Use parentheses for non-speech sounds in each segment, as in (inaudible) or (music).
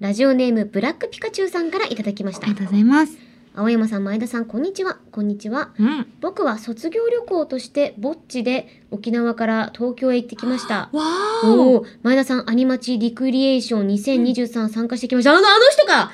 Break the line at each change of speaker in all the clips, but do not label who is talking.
ラジオネームブラックピカチュウさんからいただきまし
あ
た
りがとうございます。
青山さん前田さんこんにちはこんにちは
うん。
僕は卒業旅行としてぼっちで沖縄から東京へ行ってきました
わ
おおー前田さんアニマチリクリエーション2023参加してきました、あのあの人か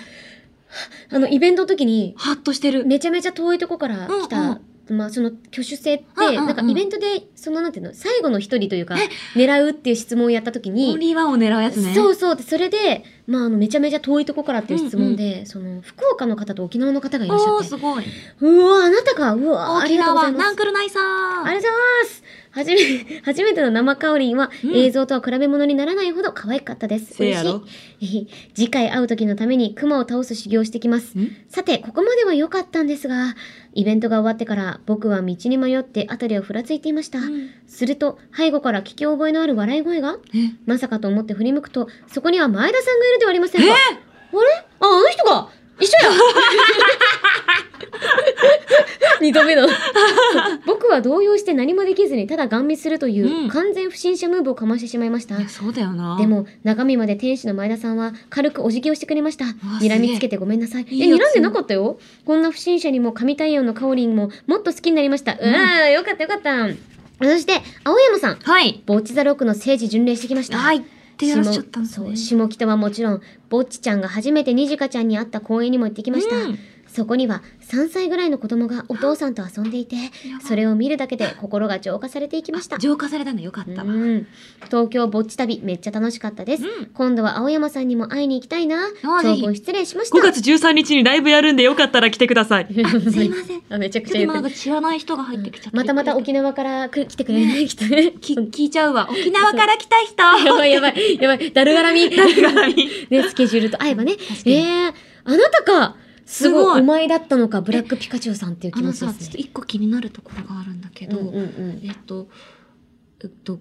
あのイベントの時に
ハッとしてる。
めちゃめちゃ遠いとこから来た、
うん
まあ、その挙手制って、
うんうんうん
なんかイベントでそのなんていうの最後の一人というか狙うっていう質問をやった時
オン
に、
リーワンを狙うやつね。
そうそうでそれで、まあ、あのめちゃめちゃ遠いとこからっていう質問で、その福岡の方と沖縄の方がいらっしゃ
お
っ
ー、
て
すごい。
うわあなたかうわあり
沖
がとうござ
縄、
います
ナンクルナイさん。
ありがとうございます初め (laughs) 初めての生カオリンは、
うん
映像とは比べ物にならないほど可愛かったです。
せやろ
嬉しい。次回会う時のためにクマを倒す修行をしてきます。
ん
さて、ここまでは良かったんですが、イベントが終わってから僕は道に迷って辺りをふらついていました。
うん
すると、背後から聞き覚えのある笑い声が、
え
まさかと思って振り向くと、そこには前田さんがいるではありませんか。
え
あれあ、あの人が一緒や (laughs) 二度 (laughs) 目の。僕は動揺して何もできずにただガン見するといううん完全不審者ムーブをかましてしまいました。
いやそうだよな。
で、も、中身まで天使の前田さんは軽くお辞儀をしてくれました。睨みつけてごめんなさい。え、
いいやつ
睨んでなかったよ。こんな不審者にも神対応のカオリンももっと好きになりました。うわー、よかったよかった。そして、青山さん。
はい。
ボッチザロックの聖地巡礼してきました。
はい。ってやらせちゃったんです
下
ね。
そう下北はもちろんぼっちちゃんが初めてにじかちゃんに会った公園にも行ってきました、
うん
そこには3歳ぐらいの子供がお父さんと遊んでいてそれを見るだけで心が浄化されていきました
浄化されたのよかったわ。
うん、東京ぼっち旅めっちゃ楽しかったです、
うん
今度は青山さんにも会いに行きたいな
あぜひ
長文失礼しました
5月13日にライブやるんでよかったら来てください。
あすいません。
あめちゃく
ちょ
ちゃ
っと
言
今
っ
なん
て
か知らない人が入ってきちゃった。
またまた沖縄から来来てくれない人ね
き (laughs) 聞いちゃうわ。沖縄から来た (laughs) 人。
やばいやばいやばいだるがらみ
(laughs)
ね、スケジュールと合えばね。え
に
えー、あなたかす
す
ご
ご
い
い
お前だったのか、ブラックピカチュウさんっていう
あ
気
の
持ちで
さ、ちょっ
す
と
ね。
一個気になるところがあるんだけど、
うんうん
えっと、えっと、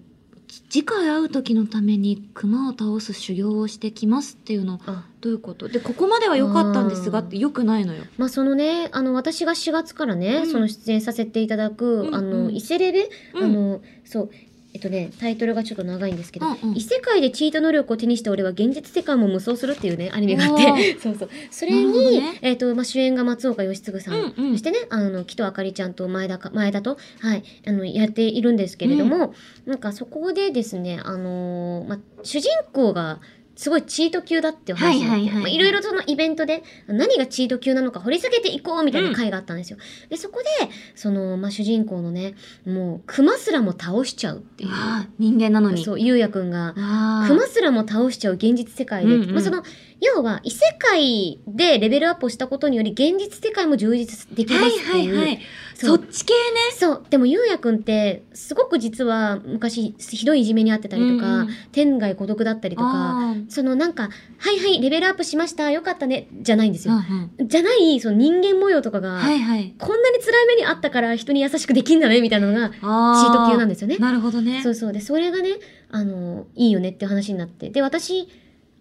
次回会う時のために熊を倒す修行をしてきますっていうの
あ
どういうことでここまでは良かったんですがってよくないのよ。
まあそのね、あの私が4月からね、
うん
その出演させていただく、
うんうん
あの伊勢レベ、
うん
あのそうえっとねタイトルがちょっと長いんですけど、
うんうん
異世界でチート能力を手にした俺は現実世界も無双するっていうねアニメがあって、 (laughs) そうそうそれ
なるほど
に、
ね
えっとまあ主演が松岡義嗣さん、
うんうん
そしてねあの木戸あかりちゃんと前田か前田とはいあのやっているんですけれども、なんかそこでですねあのーまあ主人公がすごいチート級だっていう話になって
はいはいはいはい
まあいろいろそのイベントで何がチート級なのか掘り下げていこうみたいな回があったんですよ。でそこでその、まあ、主人公のねもうクマすらも倒しちゃうっていう
ああ人間なのに。
そうゆうやくんが
あ
クマすらも倒しちゃう現実世界で、
うんうん
まあ、その要は異世界でレベルアップをしたことにより現実世界も充実でき
は
ま
い
すっ
は
てい、
いうはい。
そ
そうっち系ね。
そうでもゆうやくんってすごく実は昔ひどいいじめにあってたりとか、
うんうん
天外孤独だったりとか
あー
そのなんか「はいはいレベルアップしましたよかったね」じゃないんです
うんう
よ。
ん
じゃないその人間模様とかが、
はいはい。
こんなに辛い目にあったから人に優しくできんだねみたいなのがチ
あ
ート級なん
で
ですよね。
なるほどね。
そうそうでそれがねあのいいよねって話になってで私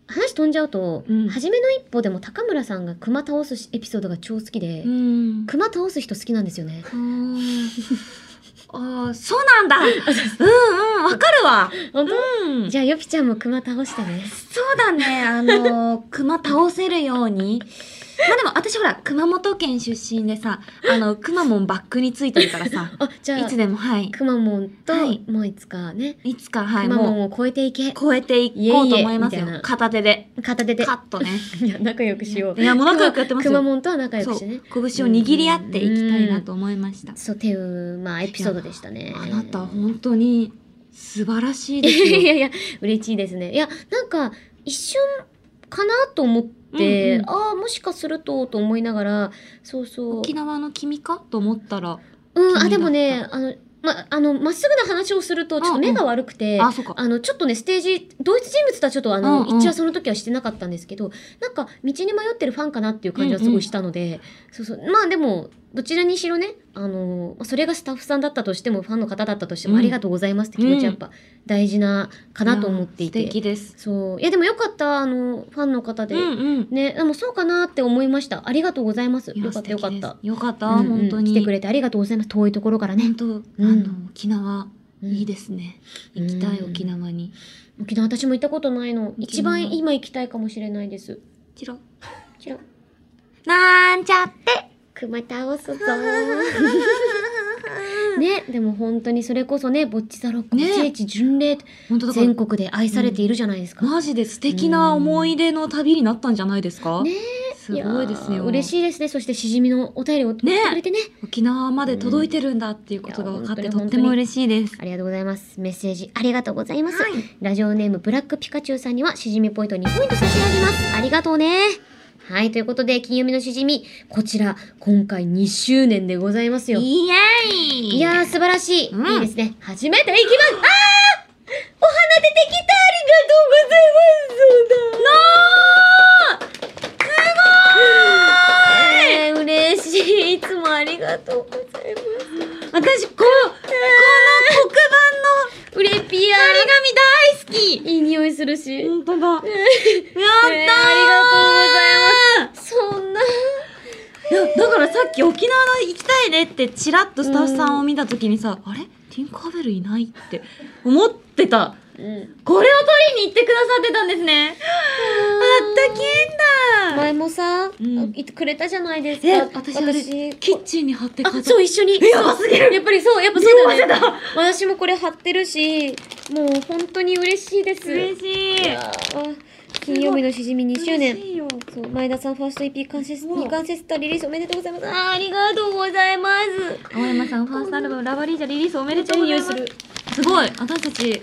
話飛んじゃうと、
うん
初めの一歩でも高村さんが熊倒すエピソードが超好きで、
うん。
熊倒す人好きなんですよね。
うーんあーそうなん
(laughs)
だ。うんうん、わかるわ。
本当、
うん。
じゃあよぴちゃんも熊倒してね。
そうだね、あの
(laughs)
ー、熊倒せるように。まあでも私ほら、熊本県出身でさ、あの、熊もんバックについてるからさ、
あ (laughs) じゃ
い
あ
つでもはい。
くまモンと、
はい
もういつかね
いつか、は
く
い、
まモ
もう、
ンを超えていけ
超えていこうと思います
いえ
よ
いえみたいな。
片手で。
片手で
カッ
(laughs)
とね。
いや仲良くしよう
いや、もう仲良くやってます
くま
よ。
モンとは仲良
そ
く
う。
してね
拳を握り合っていきたいなと思いました。
そうっていうまあエピソードでしたね
あなた、本当に素晴らしい
い
で
(laughs)
す
やい
よ。
やいや嬉しいですねいやなんか一瞬かなと思って、
うんうん
ああもしかするとと思いながらそうそう
沖縄の君かと思ったら、
うんあ
君
でも
だ
ねあのまあのまっすぐな話をするとちょっと目が悪くて、
あ、そうか。
あのちょっとねステージ同一人物とはちょっとあの、
うんうん
一応その時はしてなかったんですけどなんか道に迷ってるファンかなっていう感じはすごいしたので、そうそうまあでもどちらにしろねあのそれがスタッフさんだったとしてもファンの方だったとしても、
うん
ありがとうございますって気持ちやっぱ大事なかなと思っていて。
や素敵です。
そういやでもよかったあのファンの方
う
で、
んうん。
ねでもそうかなって思いましたありがとうございますよかったよかった。
よかった、
うんうん
本当に。
来てくれてありがとうございます遠いところからね
本当、
ん
あの沖縄いいですね。行きたい
うん
沖縄に。
沖縄私も行ったことないの。
沖
一
縄
番今行きたいかもしれないです。
チロ。
チロ
なんちゃって。
熊倒すぞー (laughs) ね、でも本当にそれこそね、ぼっちザロック、
ね
聖地巡礼、
本当だから
全国で愛されているじゃないですか。
マジで素敵な思い出の旅になったんじゃないですか
ね
すごいですね
やー嬉しいですね。そしてしじみのお便りを送って
ね
くれてね。
沖縄まで届いてるんだっていうことが分かっ
い
て
や
とっても嬉しいです
ありがとうございます。メッセージありがとうございます。
はい
ラジオネームブラックピカチュウさんにはしじみポイント2ポイント差し上げます。ありがとうね。はい、ということで、金曜日のしじみ、こちら、今回2周年でございますよ。
イエーイ
いやー、素晴らしい。
うん
いいですね。初めて行きます。あーお花出てきたありがとうございます。そうだなーすごーい、えー、嬉しい。いつもありがとうございます。
私このこの黒
う
板の
れぴや
折り紙大好き
いい匂いするし。
本当だやった
え
ー、
ーあそんな。
いやだからさっき沖縄の行きたいねってちらっとスタッフさんを見た時にさ、あれティンカーベルいないって思ってた
うん。
これを取りに行ってくださってたんですねあったけんだ
前もさ、
ん
いてくれたじゃないですか。
え私あれキッチンに貼って買
あ、
った
そう、一緒に。
やばすぎる
やっぱりそう、やっぱそうだよね
匂わ。
私もこれ貼ってるし、もう本当に嬉しいです。
嬉しい
いやー金曜日のしじみ2周年。
嬉しいよ
そう、前田さんファースト EP 完成、
うわ
2完成スターリリースおめでとうございます。あーありがとうございます。
青山さんファーストアルバム「ラバリージャ」リリースおめ
めっ
で
ち
と
ゃ
う
いい
ござ
匂
い
い
ます
る。
すすごい私たち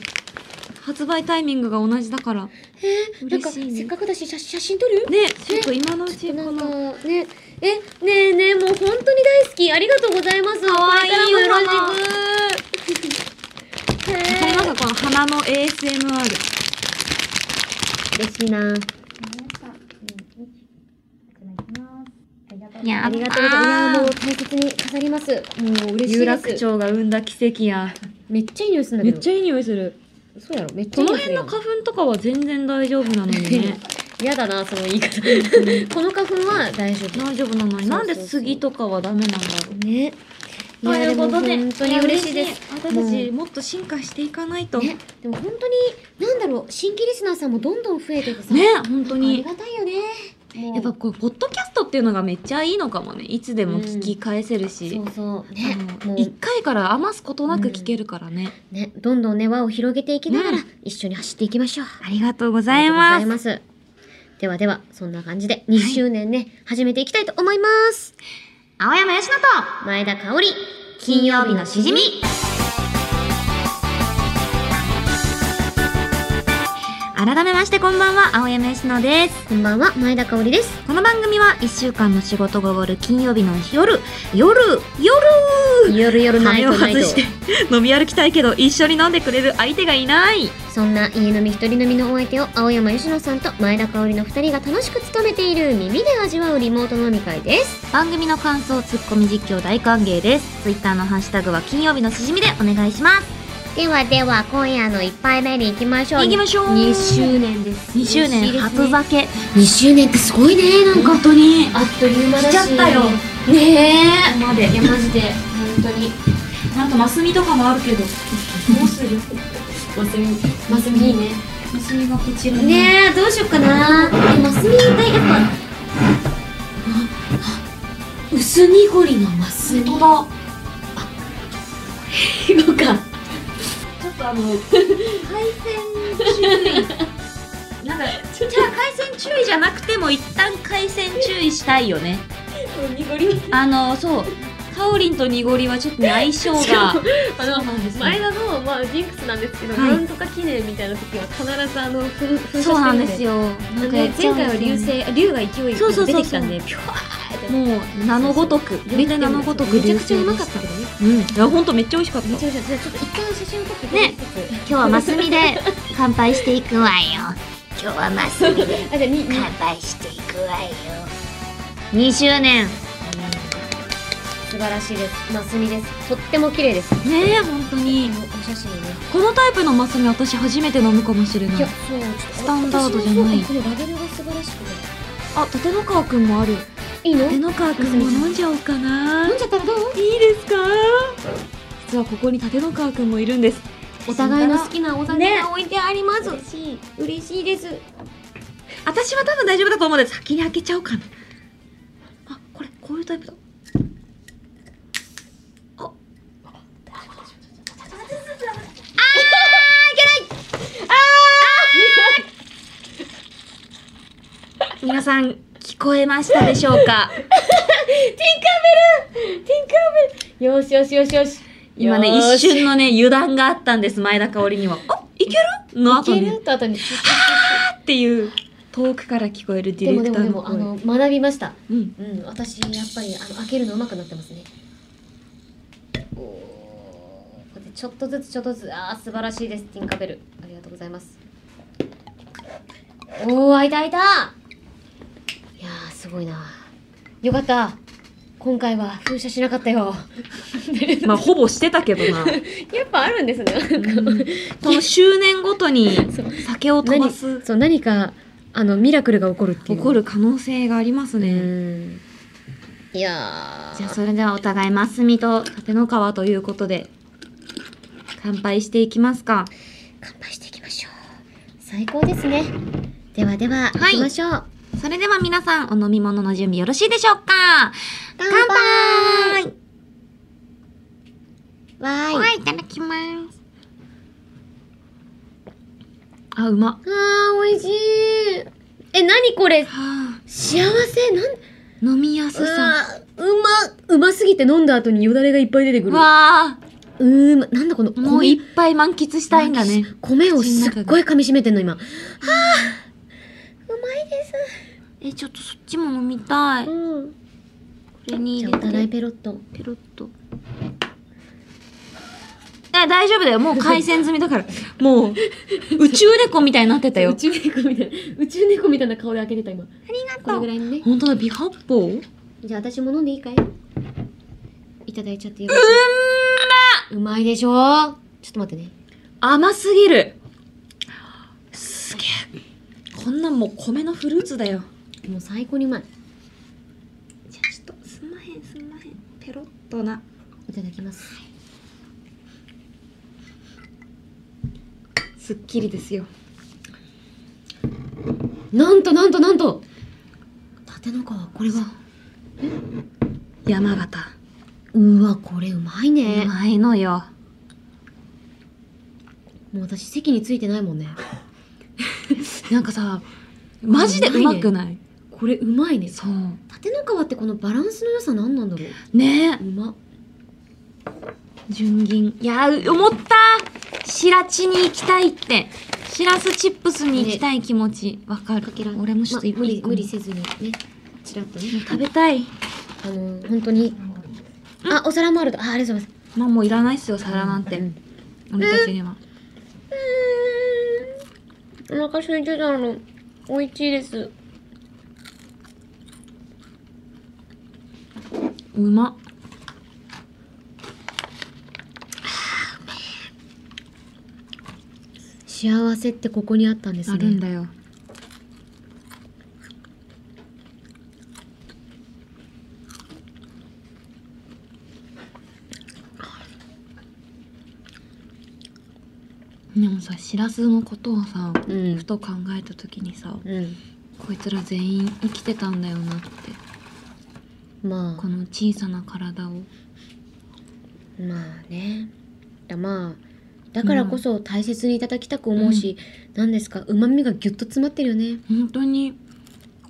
発売タイミングが同じだからね
えー、なんか、
嬉しいね
せっかくだし、写写真撮る
ちょっと今のうち
な
こ
んか
の
ねえねえねえもう本当に大好きありがとうございますか
わいい
よろしく
お花
へ
わかります
え
かこの花の ASMR
嬉しいな
にゃ
ありがとうございますいやもう大切に飾りますもう嬉し
有
い
楽
です
町が生んだ奇跡や
めっちゃいい匂いするんだ
め
け
っ
ど
ちゃいい匂いする
そうやろめっちゃいい
こ
匂
の
いする
辺
や
の
ん
花粉とかは全然大丈夫なのにね
嫌だなその言い方この花粉は大丈夫
大丈夫なのになんで
そうそうそう
杉とかはダメなんだろう
ねい
と
や
い
で
う
も
ことで
本当に嬉しいです
や嬉しい私たちもっと進化していかないとね
ね、でも本当になんだろう新規リスナーさんもどんどん増えててさ
本当
あり
に
がたいよねもう
やっぱこうポッドキャストっていうのがめっちゃいいのかもねいつでも聞き返せるし、
そうそう
あ
ねも
の
う
1回から余すことなく聞けるからね、
ね、どんどんね、輪を広げていきながら
う、
一緒に走っていきましょう。
ありがとうご
あ
ざ
り
い
が
ま
とう
す
ございます。ではでは、そんな感じで、2周年ね、始めていきたいと思います。
青山佳乃と
前田香織、金曜日のしじみ。
改めましてこんばんは青山佳乃です
こんばんは、前田香織です。
この番組は1週間の仕事が終わる金曜日の夜夜夜
夜々ナイ
羽を
トナイ
外
ト
し。て飲み歩きたいけど一緒に飲んでくれる相手がいない
そんな家飲み一人飲みのお相手を、青山吉野さんと前田香織の2人が楽しく務めている耳で味わうリモート飲み会です。
番組の感想ツッコミ実況大歓迎ですツイッターのハッシュタグは金曜日のしじみでお願いします
ではでは、今夜の1杯目に行きましょう。
行きましょう
2周年です。
2周年初酒
2周年ってすごいね、なんか。
当に
あっという間だし
来ちゃったよ
ね
ここまで
えいやマジで本当に
なんかマスミとかもあるけどもうすぐマスミ
マスミいいね
マスミがこちらに
ねえどうしようかなえマスミがやっぱああ薄濁りのマスミ
本
行
当 (laughs) だ
こうか
ちょっとあの海鮮注意なんかじゃあ海鮮注意じゃなくても一旦海鮮注意したいよね
濁り
あのそうカオリンと濁りはちょっとね相性
しか
が
もあの
(laughs) そうなんですよ
前田の、まあ、ジンクスなんですけど、
はい
なんとか記念みたいな時は必ずあのふん噴射してる
そうなんですよな
で
んかやっちゃ
前
うんで
回
す
は流星
よね
あ竜が勢い
そうそうそうそう
出てきたんでピュワーって
もう名のごとく
め
全然名のごとく
めちゃくちゃうまかっ
流
たけどね
星うんいや本当めっちゃ美味しかった
めちゃめちゃじゃあちょっと一回写真を撮って
ね
撮
今日はマスミで乾杯していくわよ今日はマスミで
ってあじゃあにに
杯していくわよ2周年
素晴らしいです。マスミです。とっても綺麗です。
ねえ本当に
お写真ね。
このタイプのマスミ私初めて飲むかもしれないい
や、そう、ちょっと
スタンダードじゃない
私もそうこのラベルが素晴らしくて。
あ立野川くんもある
いいの
立野川くんも飲んじゃおうかな
飲んじゃったらどう
いいですか実はここに立野川くんもいるんです
お互いの好きなお酒
ね
が置いてあります、
嬉しい
嬉しいです
私は多分大丈夫だと思うので先に開けちゃおうかなあこれこういうタイプだああーいけないあー皆さん聞こえましたでしょう
テ
(laughs) か
ィンカーベルティンカーベルよしよしよしよし
今ね
よー
一
し
瞬のね油断があったんです前田香織にはあいけるの
い
後
け
に
ると後に
っていう遠くから聞こえるデ
で
ィ
も
レ
で
ク
も
ター
で
の
もあ
声
の学びました
うん
うん私やっぱりあの開けるの上手くなってますねおーでちょっとずつちょっとずつあー素晴らしいですティンカーベルありがとうございますおー開いた開いたいやーすごいなよかった今回は封鎖しなかったよ
まあほぼしてたけど (laughs)
(laughs)
な
やっぱあるんですね
その周年ごとに
そう
酒を飛ばす
何そう何かあのミラクルが起こるってい
起
う
こる可能性があります
う
ね。
んいやー
じゃあそれではお互いますみと立の川ということで乾杯していきますか。
乾杯していきましょう最高ですねではでは、
はい
行きましょう
それでは皆さんお飲み物の準備よろしいでしょうか。乾杯。
杯わーい
はいいただきます。あうま。
あー美味しいえ何これ
はあ
幸せなん
飲みやすさ。
うわーうまうますぎて飲んだ後によだれがいっぱい出てくる
わあ
うーまなんだこの米
もういっぱい満喫したいんだね。
米をすっごい噛み締めてんの今はあうまいです
えちょっとそっちも飲みたい。こ
うん
れに
じゃ
入
あお互
れ
い
て
ペロッと
ペロッと。あ大丈夫だよ。もう回線済みだから。 (laughs) もう、宇宙猫みたいになってた (laughs) よ。
宇宙猫みたいな宇宙猫みたいな顔で開けてた今
あ
これぐらいにね
本当だ、美発泡うんま
じゃあ私も飲んでいいかいいただいちゃってよろしいうんまいでしょちょっと待ってね
甘すぎるすげえ。こんなんもう米のフルーツだよ。
もう最高にうまい
じゃあちょっと、すんまへん、すんまへん。ペロッとな。
いただきます
すっきりですよ。
なんとなんとなんと立の川これは
山形。
うわこれうまいうね
まいのよ。
もう私席についてないもんね
なんかさ、マジでうまくない
これうまいね
そう。
立の川ってこのバランスの良さ何なんだろう
ね
う。
え
ま
純銀いやー思った白地に行きたいってしらすチップスに行きたい気持ちわかる、
かけら
俺もちょっと
ま無理無理
せ
せずにねちらっとね
食べたい
あの本当にあお皿もあるとあありがとうございます
まあもういらないっすよ皿なん
う
て
ん
俺たちには
うーんお腹空いてたの美味しいです
うまっ
幸せってここにあったんです
あるん
ね
だよでもさしらすのことをさ
うん
ふと考えた時にさ
うん
こいつら全員生きてたんだよなって
ま
こ
あ
の小さな体を
まあねだまあだからこそ大切にいただきたく思うし、なんですか旨味がギュッと詰まってるよね
本当に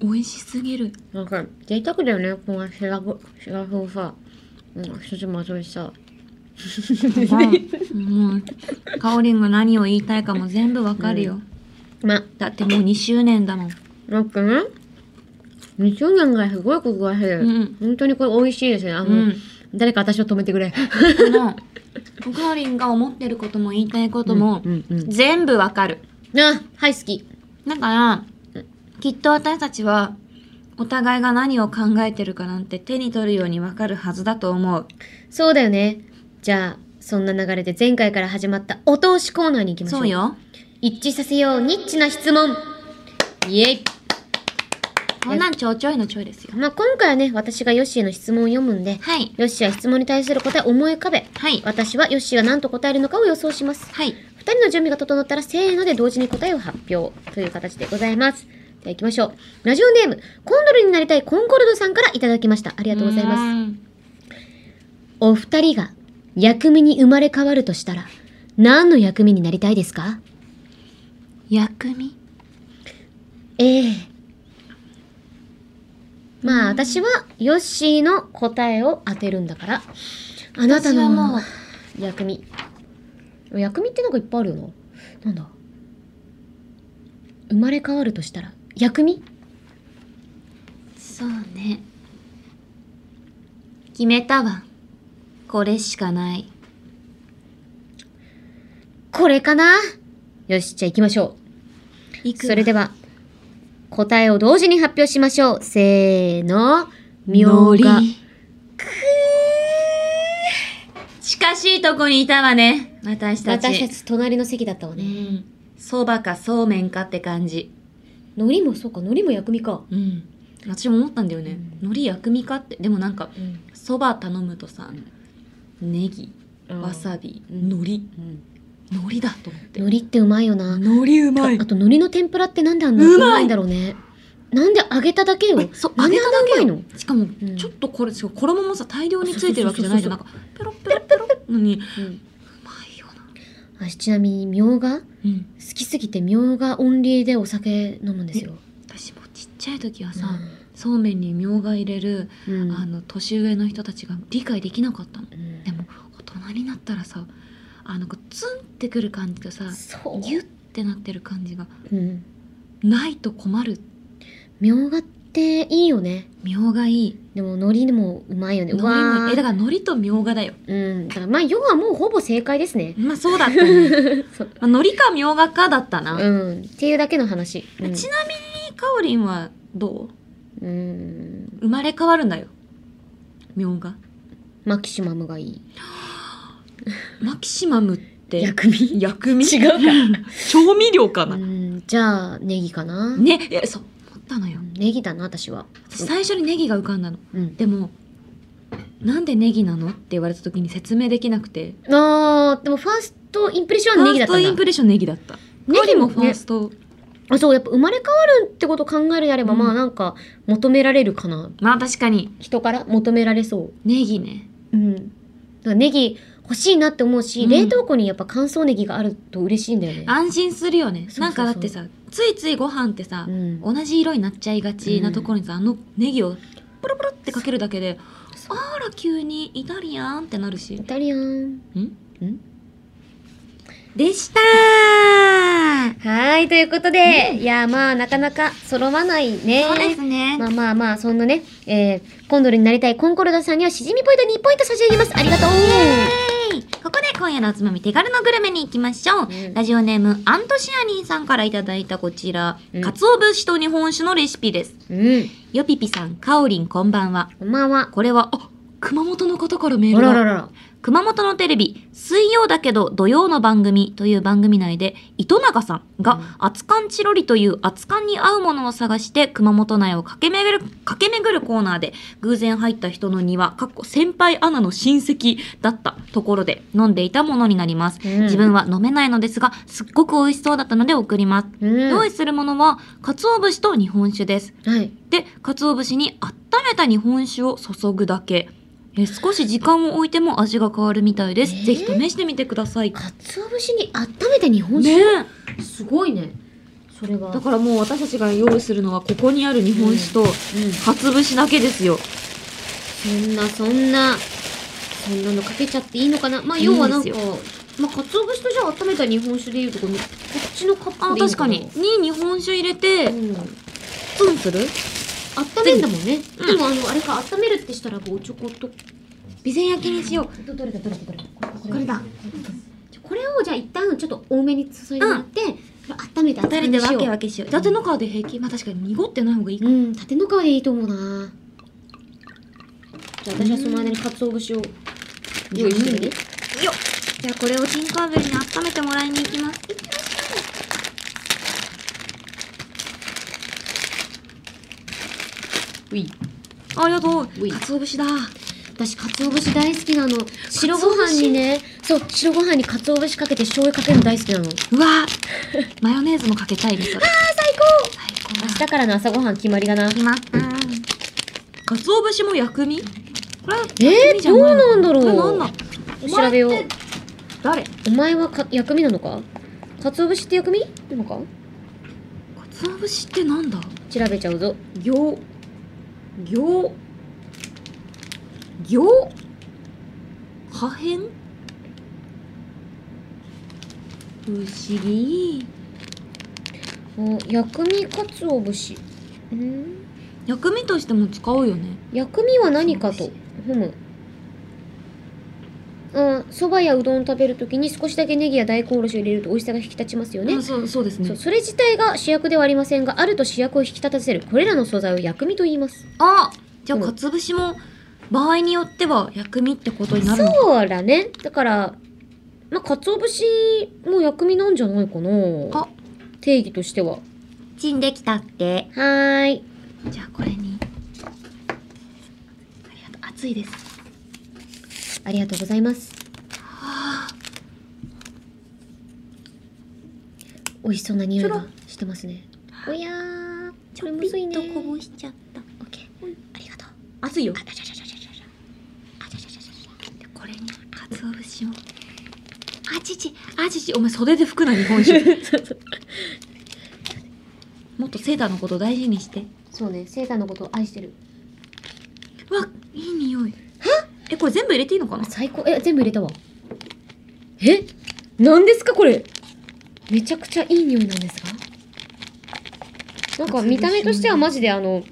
美味しすぎる
なんか贅沢だよねこのシラフシラフをさうん一つまとめさ
もうカオリンが何を言いたいかも全部わかるよ、
う (laughs) まあ
だってもう2周年だもん
なんかね2周年がすごいことがしてる、
うん
本当にこれ美味しいですねあ
う
の、
ん
誰か私を止めてくれ
あのカオリンが思ってることも言いたいことも
うんうんうん
全部わかる
あはい好き
だからきっと私たちはお互いが何を考えてるかなんて手に取るようにわかるはずだと思う
そうだよね。じゃあ、そんな流れで前回から始まったお通しコーナーに行きましょう。
そう。よ
一致させようニッチな質問。イエイ。
こんなんちょいちょいのちょいですよ。
まあ、今回はね、私がヨッシーの質問を読むんで、
はい。
ヨッシーは質問に対する答えを思い浮かべ、
はい。
私はヨッシーが何と答えるのかを予想します。
はい。
二人の準備が整ったら、せーので同時に答えを発表という形でございます。では行きましょう。ラジオネーム、コンドルになりたいコンコルドさんからいただきました。あり
あ
がとうございます。
す。
お二人が薬味に生まれ変わるとしたら、何の薬味になりたいですか
薬味
ええまあ、私はヨッシーの答えを当てるんだから、あなた
私はも
の
う、
薬味。薬味ってなんかいっぱいあるよな。なんだ生まれ変わるとしたら、薬味
そうね。決めたわ。これしかない。
これかなよし、じゃあ行きましょ。
いうく
それでは、答えを同時に発表しましょう。せーの。みょ
の
う
り。く
が。
ー近しいとこにいたわね。私たち。
私たち隣の席だったわ
う
ね。
ん。そばかそうめんかって感じ。
海苔もそうか、海苔も薬味か。
うん。私も思ったんだよね。海苔薬味かって。でもなんか、
うん。
そば頼むとさ、ネギ、わさび、海苔。
うん
海苔だと思って。
海苔ってうまいよな。
海苔うまい
あ。と海苔の天ぷらってなんであんなう
うまい
まいんだろうね。なんで揚げただけよ。
そう、
揚
揚
げ
げ
た
た
だ
だ
け
け
よ
よ。しかも
うん、
ちょっとこれ、しかも衣もさ、大量についてるわけじゃないじゃん。
そ
な
うん
か、ペロペロペロのに、う
うん
まいよな。
あちなみにみょうが好
うん。
きすぎてみょうがオンリーでお酒飲むんですよ。
私もちっちゃい時はさ、そうめんにみょうが入れる、
うんうん
あの、年上の人たちが理解できなかったの。
うん
でも、大人になったらさ、あの、こうツンってくる感じとさ、
そう。
ギュってなってる感じが、
うん
ないと困る。
みょうがっていいよね。
みょうがいい。
でも海苔でもうまいよね。
海
う
苔も
わ
いいえ、だ
ー
から海苔とみょうがだよ。
うん。だからまあ要はもうほぼ正解ですね。
(laughs) まあ、そうだったね。
(laughs)
まあ、海苔かみょうがかだったな。
うん。っていうだけの話。うん
ちなみにかおりんはどう
うん。
生まれ変わるんだよみょうが
マキシマムがいい。
マキシマムって
薬味。
薬味
違う
か調味料か
う
な、
ん。じゃあネギかな。
ねえそう思ったのよ
ネギだな私は。
私最初にネギが浮かんだの
うん。
でもなんでネギなのって言われた時に説明できなくて
あーでもファーストインプレッション
フ
はネ
ァ
ギだ
ー
っ
ス
た
トイ
ん
ン
だ
プレッションネギだった
ネ
ネ
ギ
ギ
もね
もファースト
あそうやっぱ生まれ変わるってことを考えるであれば、
うん
まあなんか求められるかな
まあ確かに
人から求められそ
ネギね
ううんだからネギ欲しいなって思うし、
うん
冷凍庫にやっぱ乾燥ネギがあると嬉しいんだよね
安心するよ
そ
ね
うそうそう
なんかだってさついついご飯ってさ、
うん
同じ色になっちゃいがちなところにさ、あのネギをポロポロってかけるだけであら急にイタリアンってなるし
イタリアン
でしたー
はいということで、いやまあなかなか揃わないね
そうですね、
まあまあまあそんなね、えー、コンドルになりたいコンコルダさんにはしじみポイント2ポイント差し上げますありがとう
イエーイここで今夜のおつまみ手軽のグルメに行きましょう、
うん
ラジオネームアントシアニンさんからいただいたこちら、
うん
かつお節と日本酒のレシピです
うん
よぴぴさんかおりんこんばんは
こんばんは
これはあ熊本の方からメー
あ
ル
ら
が
ららら
熊本のテレビ、水曜だけど土曜の番組という番組内で、糸永さん
う
が
ん、
熱燗チロリという熱燗に合うものを探して、熊本内を駆け巡る、駆け巡るコーナーで、偶然入った人の庭、かっこ先輩アナの親戚だったところで飲んでいたものになります。
うん
自分は飲めないのですが、すっごく美味しそうだったので送ります。
うん
用
は
意するものは、鰹節と日本酒です。
い
で、鰹節に温めた日本酒を注ぐだけ。え少し時間を置いても味が変わるみたいです。
えー
ぜひ試してみてください。
かつお節に温めて日本
ね
酒、
え
すごいねそれは
だからもう私たちが用意するのはここにある日本酒と
うん、
鰹節だけですよ。
そんなそんなそんなのかけちゃっていいのかなまあ
いいん
要はなん
で
か
すよ
まあ、かつお節とじゃあ温めた日本酒でいうとこのこっちのカップで
あ、
いいの
確かに。に日本酒入れて、
うん、
ツンする
温めんだもんね、
うん
でもあのあれか温めるってしたらこうおちょこと
備前焼きにしよ
どどれだどれだどれだこ
これだ
じゃあこれをじゃあ一旦ちょっと多めに注いでもらって、これ温めて
う。二人で分け
は
分けしよう。だっての川で平気。まあ確かに濁ってない方がいいか。
うん縦の皮でいいと思うなじゃあ私はその間にかつお節を用意してるね、
よっじゃあこれをティンカーベルに温めてもらいに行きます。ういありがとう
うい
鰹節だ
私、鰹節大好きなの。白ご飯にね、そう、白ご飯に鰹節かけて醤油かけるの大好きなの。
うわマヨネーズもかけたいですあ
最高
最高
明
だ
日からの朝ごはん決まりだな。
きまった鰹節も薬味これは
えー、どうなんだろ
これなん
う
なん
調べよう
お前って誰
お前はか薬味なのか鰹節って薬味なのか
鰹節ってなんだ
調べちゃうぞ。
行行行破片不思議
お薬味鰹節。うん
薬味としても使うよね
薬味は何かとふむうんそばやうどんを食べるときに少しだけネギや大根おろしを入れると美味しさが引き立ちますよね、
あそうそうです
そ
ね
うそれ自体が主役ではありませんがあると主役を引き立たせるこれらの素材を薬味と言います
あじゃあ
うん
鰹節も場合によっては薬味ってことになるの
そうだねだからまあかつお節も薬味なんじゃないかな
あ
定義としては
チンできたって
はーい
じゃあこれにありがとう熱いです
ありがとうございます
はあ
美味しそうな匂い
ちょ
が
ろ
してますねおやー
ち
これ
ょ
む
びっ
ずいね
とこぼしちゃった
オッケーありがとう
熱いよ
あちゃちゃちゃちゃちゃちゃ
でこれに鰹節をあちちあちちお前袖で服な日本 (laughs) 酒
(laughs)
もっとセーターのこと大事にして
そうね、セーターのことを愛してる。
うわいい匂いえこれ全部入れていいのかな
最高。え、全部入れたわ。え何ですかこれめちゃくちゃいい匂いなんですがなんか見た目としてはマジであの、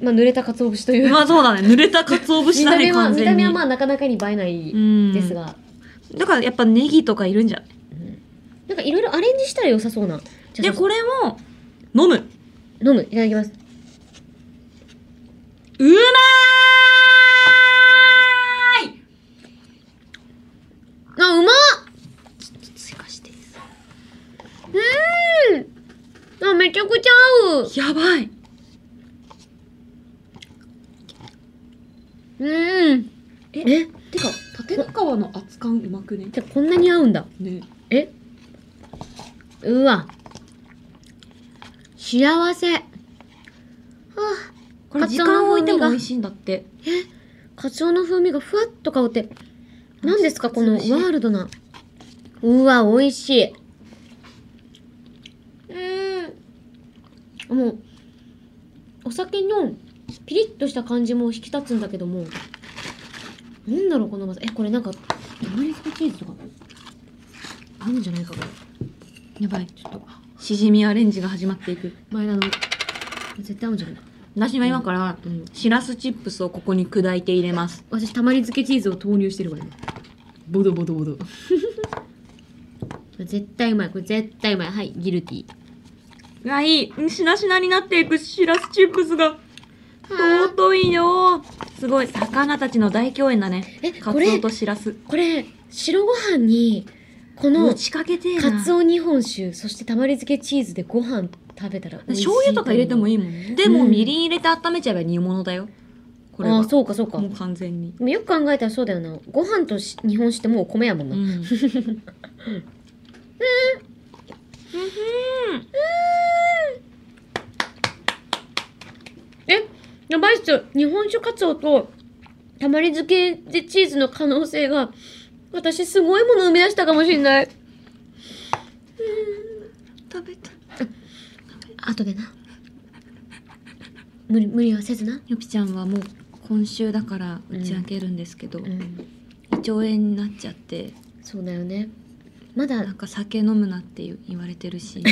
まあ、濡れた鰹節という。
まあそうだね濡れた鰹節
見
だ
た
ね
目は、
完
見
全
た
に
目はまあなかなかに映えない
うん
ですが。
だからやっぱネギとかいるんじゃない
なんかいろいろアレンジしたら良さそうな。じゃ
で
あ、
これを飲む
飲む。いただきます。
うまーい
あ、うまっ
追加していいですか
あ、めちゃくちゃ合う
やばい
うん。
え
え、てか、
立川の熱燗うまくね
てかこんなに合うんだ。
ね
えうわ幸せはあ
これ時間を置いても美味しいんだって
カツオの風味がふわっと香って何ですかこのワ
美味しい
ールドなうわ美味しいうんもうお酒のピリッとした感じも引き立つんだけどもなんだろうこのまずえこれなんかタマリスコチーズとか合うんじゃないかこれ
やばいちょっとしじみアレンジが始まっていく
前田の絶対合うんじゃないか
私は今から
うん
しらすチップスをここに砕いて入れます
私たまり漬けチーズを投入してるわ今ボドボドボド (laughs) 絶対うまいこれ絶対うまいはいギルティ
うわいいしなしなになっていくしらすチップスが尊いよすごい魚たちの大共演だね
え
カ
こ
ツ
れ
オとしらす
これ白ご飯にこの
持
カ
ちかけてえな
ツオ日本酒そしてたまり漬けチーズでご飯食べたら美味しい
醤油とか入れてもい
い
いもんでも
うん
みりん入れて温めちゃえば煮物だよこ
こ
れ
れあ
は
ーそうかそうか
もう完全に
でもよく考えたらそうだよなご飯とし日本酒ってもう米やもん
う
な、(laughs)
んうん
えやばいっすよ日本酒カツオとたまり漬けでチーズの可能性が私すごいもの生み出したかもしれない
食べた
後でな無理無理はせずな、
よぴちゃんはもう今週だから打ち明けるんですけど、
ん、
胃腸炎になっちゃって
そうだよねまだ
なんか酒飲むなって言われて
(laughs)
るし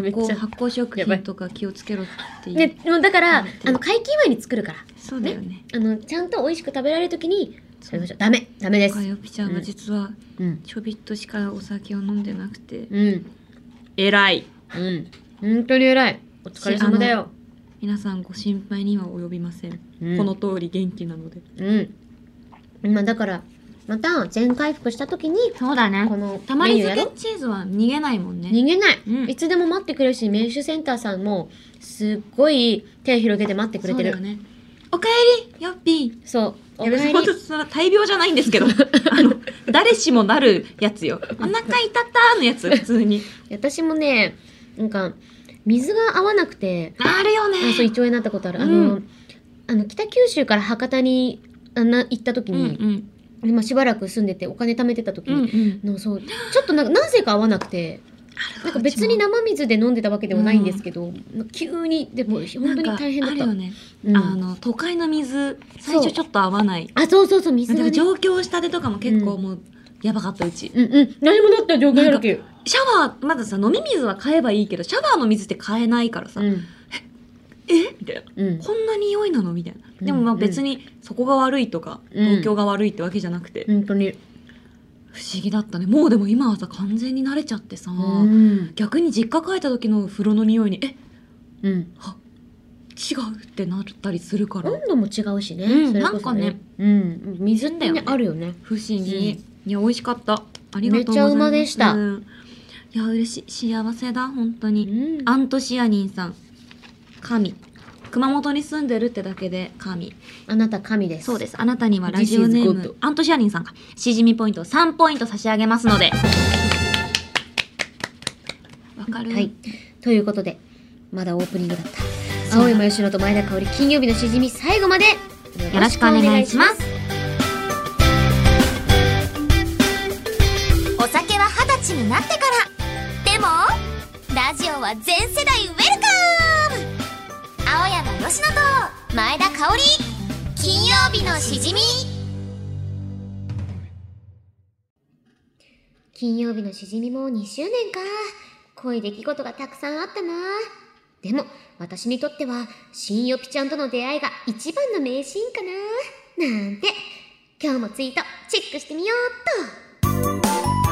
め
こう発酵食
やば
品
い
とか気をつけろっていう、
ねもうだから
うん
あの解禁前に作るから
そうだよね
あのちゃんと美味しく食べられる時に食
そ
べ
う
ましょうダメダメで
だ
す
からよぴちゃんは実は
うん
ちょびっとしかお酒を飲んでなくて
うん
偉い
うん本当に偉いお疲れ様だよ、
皆さんご心配には及びません、
うん、
この通り元気なので
うん今だからまた全回復した時に
そうだね
この
たまり
メニューや
漬
ろ
けチーズは逃げないもんね
逃げない、
うん
いつでも待ってくれるしメッシュセンターさんもすっごい手広げて待ってくれ
そう
て
だ
る
よねおかえりよっぴー
そう,、
いや別に
お
本
かえ
当
り
それは大病じゃないんです
(laughs)
けどあの誰しもなるやつよお腹痛たの
(laughs)
やつ普通に
私もねなんか水が合わなくて
あるよね
あそう胃腸炎になったことある、あ
う
のあの北九州から博多にあな行った時
うんう
に、
ん
今しばらく住んでてお金貯めてた時
うんう
に、
ん
のそうちょっとなんか何故か合わなくてなんか別に生水で飲んでたわけではないんですけど、急にでも本当に大変だっ
な
た
んかあるよね、
うん
あの都会の水最初ちょっと合わない
あそうそうそう水
なん
が
か
ね
上京したてとかも結構もうやばかったうち、
うんうん何もなった状況やるけ
シャワーまださ飲み水は買えばいいけどシャワーの水って買えないからさ、
うん
えみたいな
うん
こんなに良いなのみたいな
うん
でもまあ別にそこが悪いとか、
うん
東京が悪いってわけじゃなくて、
本当に
不思議だったねもうでも今はさ完全に慣れちゃってさ、
うん
逆に実家帰った時の風呂の匂いにえ
うん
違うってなったりするから
温度も違うしね、
うん
それこそ
なんかね
うん水って
だよ
ね
ね
あるよね
不思議、いや美味しかったありがと
めっ
うござ
ち
い
ゃ
ます
うまでした
うんいや嬉しい幸せだ本当に、
うん
アントシアニンさん神熊本に住んでるってだけで神
あなた神です
そうですあなたにはラジオネー
This is
ム
good
アントシアニンさんかしじみポイントを3ポイント差し上げますのでわかる、
はい、ということでまだオープニングだった
そう
青山佳乃と前田香織金曜日のしじみ最後まで
よろしくお願いします
お酒は二十歳になってからでもラジオは全世代ウェルカム青山佳乃と前田香織金曜日のしじみ
金曜日のしじみも2周年か濃い出来事がたくさんあったなでも私にとっては新よぴちゃんとの出会いが一番の名シーンかななんて今日もツイートチェックしてみようっと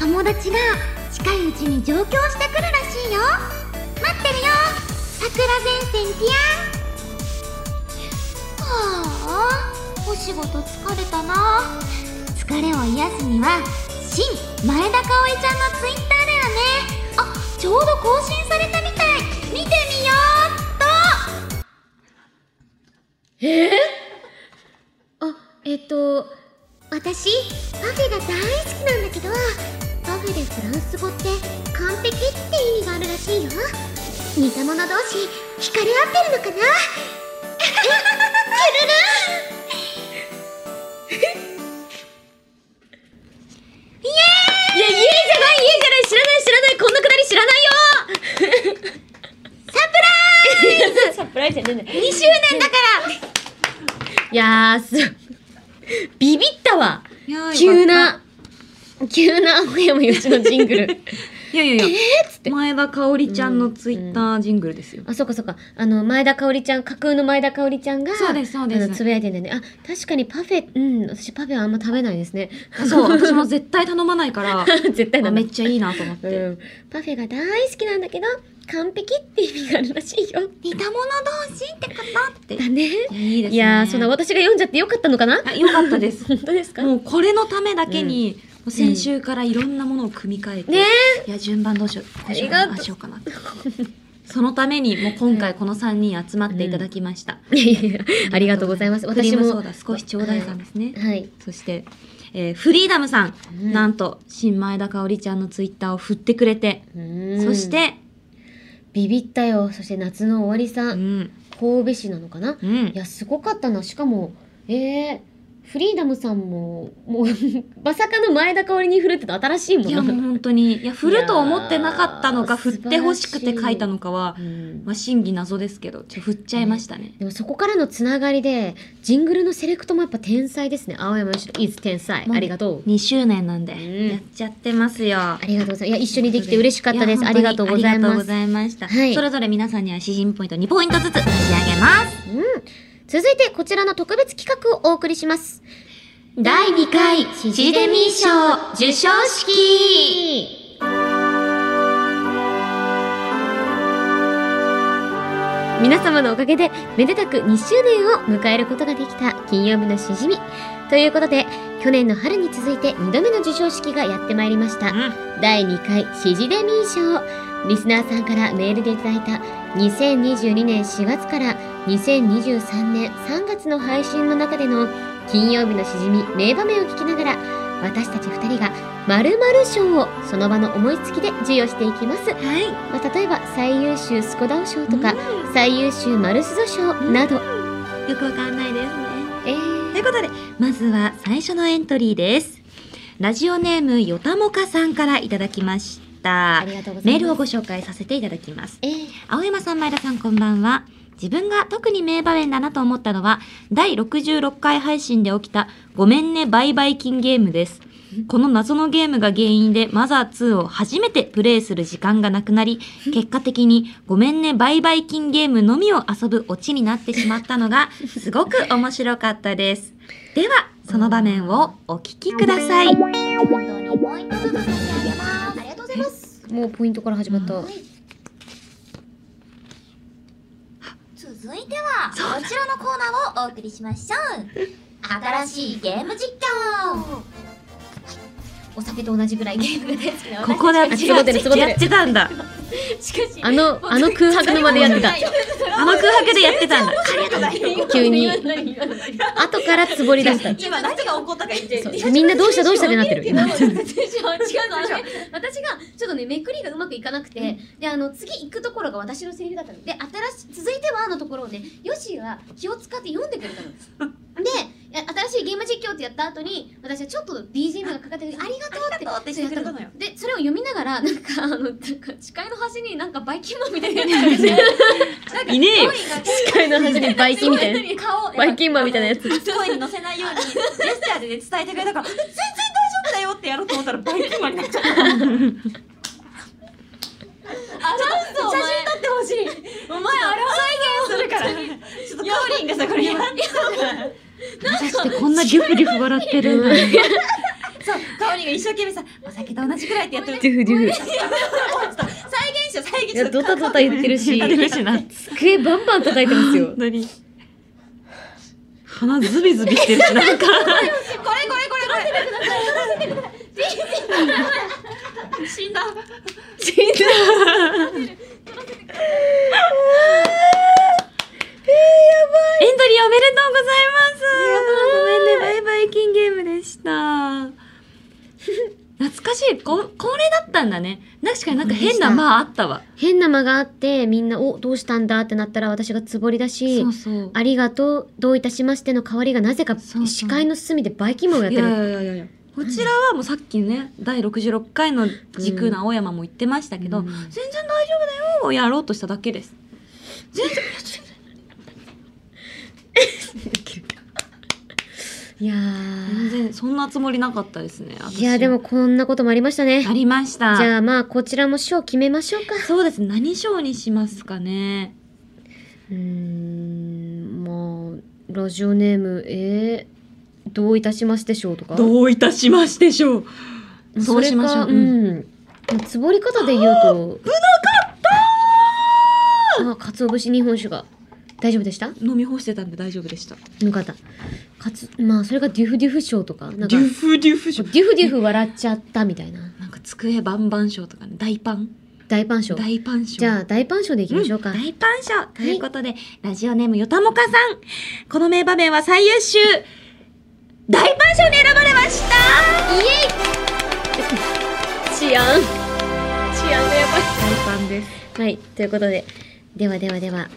友達が近いうちに上京してくるらしいよ待ってるよ桜前線ピアはあお仕事疲れたな疲れを癒すには新前田香織ちゃんのツイッターだよねあちょうど更新されたみたい見てみようっと
あえっと
私パフェが大好きなんだけどパフェでフランス語って完璧って意味があるらしいよ似た者同士惹かれ合ってるのかな
いや家じゃない家じゃない知らない知らないこんなくだり知らないよサプライズサプライズじゃねえんだよ
2周年だから
いやーすビビったわ
いやー
急
よかっ
な急な青山よしのジングル
(laughs) たいやいやいや、
つって
前田香織ちゃんのツイッタージングルですよ、
あそうかそうかあの前田香織ちゃん架空の前田香織ちゃんが
そうですそうです
あのつぶやいてんだよねあ確かにパフェうん私パフェはあんま食べないですね (laughs)
そう私も絶対頼まないから
絶対
あ
ダ
め
メ
っちゃいいなと思って、
うん、パフェが大好きなんだけど完璧って意味があるらしいよ
似た者同士って方って
だね
いいですね
いやーそんな私が読んじゃってよかったのかな
あよかっ
(laughs)
たです
本当ですか
もうこれのためだけに、もう先週からいろんなものを組み替えて、
ね
いや順番どうしようこうしよう
あ
か
りがとう
なああしようかなそのためにもう今回この3人集まっていただきました、
いやいやいやありがとうございます
クリ
私
ーム
も
ソーダ少しちょうだいさんですね、
はい
そして、えーフリーダムさん、
うん
なんと新前田香織ちゃんのツイッターを振ってくれて、
うん
そして
ビビったよそして夏の終わりさ
うんん
神戸市なのかな
うん
いやすごかったなしかもえー、フリーダムさんももう (laughs) まさかの前田香織に振るってと新しいもん
い
な
やもう本当にいや振ると思ってなかったの
いや
か
ー
振ってほしくて書いたのかは
うん
まあ真偽謎ですけどちょっと振っちゃいましたね
でもそこからのつながりでジングルのセレクトもやっぱ天才ですね青山よしろ is 天才
もう
ありがとう
2周年なんで、
うん
やっちゃってますよ
ありがとうございますいや一緒にできて嬉しかったです
いや
ありがとうござい
本当にありがとう
ま
ご
す
ざいました、
はい
それぞれ皆さんには詩人ポイント2ポイントずつ差し上げます
続いてこちらの特別企画をお送りします第2回シジデミー賞受賞式皆様のおかげでめでたく2周年を迎えることができた金曜日のしじみということで去年の春に続いて2度目の授賞式がやってまいりました、第2回しじデミー賞リスナーさんからメールでいただいた2022年4月から2023年3月の配信の中での金曜日のしじみ名場面を聞きながら私たち2人が〇〇賞をその場の思いつきで授与していきます
は
まあ、例えば最優秀スコダウ賞とか、最優秀マルスゾ賞など、
い。よくわかんないですね。
え
ということで、まずは最初のエントリーです。ラジオネームよたもかさんからいただきました
あ。りがとうございます
メールをご紹介させていただきます。
えー
青山さん、前田さん、こんばんは。自分が特に名場面だなと思ったのは、第66回配信で起きた、ごめんね、売買金ゲームです。この謎のゲームが原因で、マザー2を初めてプレイする時間がなくなり、結果的に、ごめんね、売買金ゲームのみを遊ぶオチになってしまったのが、すごく面白かったです。では、その場面をお聞きください。
本当にポイントが差し上げますありがとうございます
もうポイントから始まった、
はい続いてはこちらのコーナーをお送りしましょう新しいゲーム実況
お酒と同じぐらいゲームが大好きな
ここで
私たちが
やってたんだ。
しかし
あのあの空白の間でやって
(laughs)
た
あの空白でやってたんだ。
急に後からつぼり出 (laughs) した
今何が起こったか言って
そうみんなどうしたどうしたってなってる今
違うのあのね (laughs) 私がちょっとねめくりがうまくいかなくて、であの次行くところが私のセリフだったので新し続いてはのところをねヨシは気を使って読んでくれたので新しいゲーム実況ってやった後に私はちょっと BGM がかかってるありがとうって
がとうって
そうやった
言ってくれ
のでそれを読みながらなんかあのなんか視界の端になんかバイキンマンみたいなやつがなんか
いねえよ
声が
視界の端にバイキンみたいな
すご顔
バイキンマンみたいなやつ
声に乗せないようにジェスチャーでね、伝えてくれたから全然大丈夫だよってやろうと思ったらバイキンマンになっちゃった
あちょっとお前
ってほしいお前あれは再現するからちょっとカオリンがさこれやって
私ってこんなギュフギュフ笑ってるのに。
そうカオリンが一生懸命さお酒と同じくらいってやってる
デュフデュフ
再現しよう再現
い
しよ
や
う
ドタドタ言ってるし
な。
机バンバン叩いてますよ
何鼻ズビズビしてるし、なんか。
これこれこれこれ死んだ
エントリーおめでとうございます。ごめんね、バイバイキンゲームでした。懐かしい。こ、これだったんだね。確かになんか変な間あったわ。
(laughs) 変な間があってみんな「おどうしたんだ?」ってなったら私がつぼりだし
そうそう
「ありがとうどういたしまして」の代わりがなぜか
そうそう
視界の隅でバイキンマンをやっ
い
て
やい
る
やいやいや。こちらはもうさっきね、第66回の時空の青山も言ってましたけど、
うん
全然大丈夫だよをやろうとしただけです。
いや
全
ー
然そんなつもりなかったですね。私
いやでもこんなこともありましたね
ありました。
じゃあまあこちらも賞決めましょうか
そうですね。何賞にしますかね。
うーんまあラジオネームえー、どういたしまして賞とか
どういたしましてでしょう。そうしましょう
それかうん、つぼり方で言うと危なかったあ鰹節日本酒が大丈夫でした
飲み干してたんで大丈夫でした。
よかった。かつ、まあ、それがデュフデュフ賞とか、なんか、デュフ
フデュフ賞。
デュフ笑っちゃったみたいな。
なんか机バンバン賞とかね。大パン。
大パン賞。
大パン賞。
じゃあ、大パン賞でいきましょうか。
ん大パン賞ということで、ラジオネームよたもかさん。この名場面は最優秀。大パン賞に選ばれまし
(laughs)
た
治安。治安がや
大パンです。
ばい。はい、ということで、ではではでは、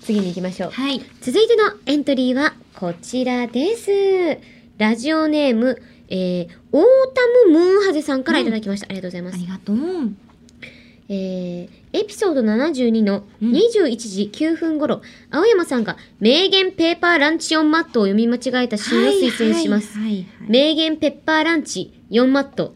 次に行きましょう。
はい。
続いてのエントリーはこちらです。ラジオネーム、えー、オータムムーンハゼさんからいただきました。ありがとうございま
あ
す。
りがとう。
えーエピソード72の
うん
21時9分頃、青山さんが名言ペーパーランチ4マットを読み間違えたシーンを推薦します。
はいはいはい
名言ペッパーランチ4マット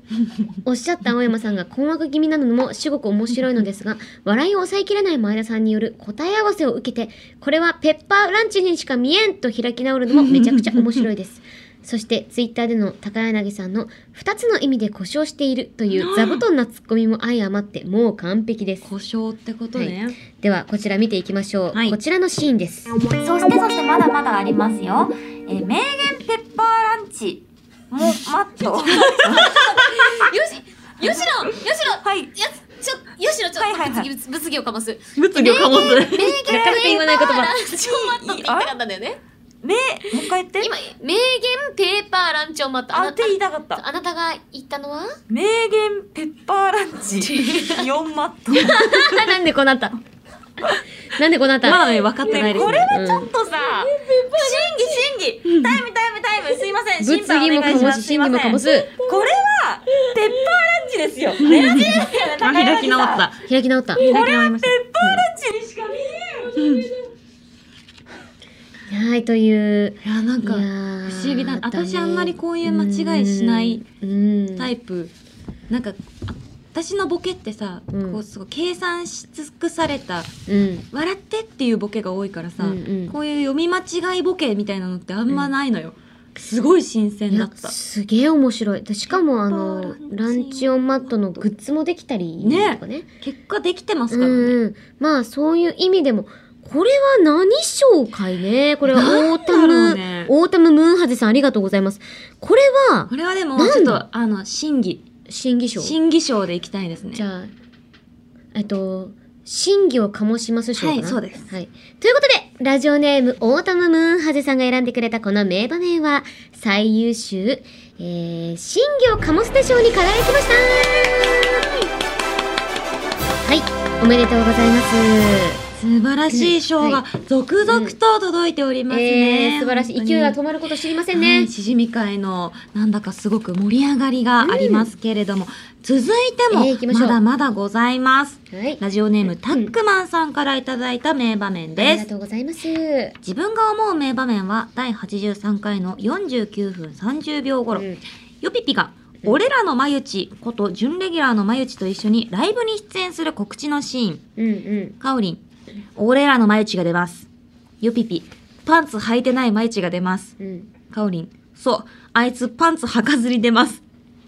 おっしゃった青山さんが困惑気味なのも至極面白いのですが笑いを抑えきれない前田さんによる答え合わせを受けてこれはペッパーランチにしか見えんと開き直るのもめちゃくちゃ面白いですそしてツイッターでの高柳さんの2つの意味で故障しているという座布団なツッコミも相余ってもう完璧です。
故障ってことね。
ではこちら見ていきましょう。
はい
こちらのシーンです。
そしてそしてまだまだありますよ。えー名言ペッパーランチ。も、マット。
よしろよしろ
はい。
やつちょよしろちょ
はいはいはい
物議物議をかます
物議をかもす。
名言ペッパ
言わない言
ーラ
葉。
ンチョンマットって言いたかったんだよね
名、もう一回言って。
今名言ペーパーランチョンマット
あ
あ
っ
な
て言いたかった。
あなたが言ったのは
名言ペッパーランチ。4マット。ね、
なんでこうなった (laughs) なんでこうなった
まだね、分かってないです、
これ
ね。
はちょっとさ、審議審議。タイムタイムタイム。すいません。審判
物議
お
も
願い
か
し
も
ま
し、
す。すい
審
ませ
議
ん
もかもす。
これは、ペッパーランチですよ。メラジですよね。
あ、開き直
高柳さ
っ
ん
た。
開き直った。
開き直りまし
ペッパーランチにしか見えんよ。
はい、という。
た。いや、なんか、
いや
不
ー
思議だ。
ったね
私あんまりこういう間違いしない
うん
タイプ。なんか、あ私のボケってさ、
うん
こう、すごい計算し尽くされた、
うん
笑ってっていうボケが多いからさ、
うんうん
こういう読み間違いボケみたいなのってあんまないのよ。すごい新鮮
い
だ
や
った。
すげえ面白いでしかもあのラ
ラ
ン
ン
チ
チ
オ
オ
ン
ン
マッ
マッ
ト
ト
のグッズもできたり
ね
とかね
結果できてます
う
からね。
んうんまあそういう意味でもこれは何商会ねこれはオータ
なんだろ
ム、
うね
オータムムーンハゼさんありがとうございますこれは
これはでも、
なんだ
ちょっと、あの、審議。
審議賞じ
審議賞でいきたいですね。
ゃあえっと審議を醸します賞かな
はいそうです
はい、ということでラジオネームオータムムーンハゼさんが選んでくれたこの名場面は最優秀、えー、審議を醸すで賞に輝きましたはいおめでとうございます
素晴らしい賞が続々と届いておりますね。
えー素晴らしい勢いが止まること知りませんね、
はいしじみ会のなんだかすごく盛り上がりがありますけれども、続いても
えー行きましょう
まだまだございます。
はい
ラジオネームタックマンさんからいただいた名場面
あ
で
りが
す。
とうございますうん
自分が思う名場面は第83回の49分30秒頃、ヨピピが、俺らのまゆちこと準レギュラーのまゆちと一緒にライブに出演する告知のシーン。
うんうん
かおりん、俺らの眉チが出ます。よぴぴ、パンツ履いてない眉チが出ます。
うん
かおりん、そう、あいつパンツ履かずに出ます。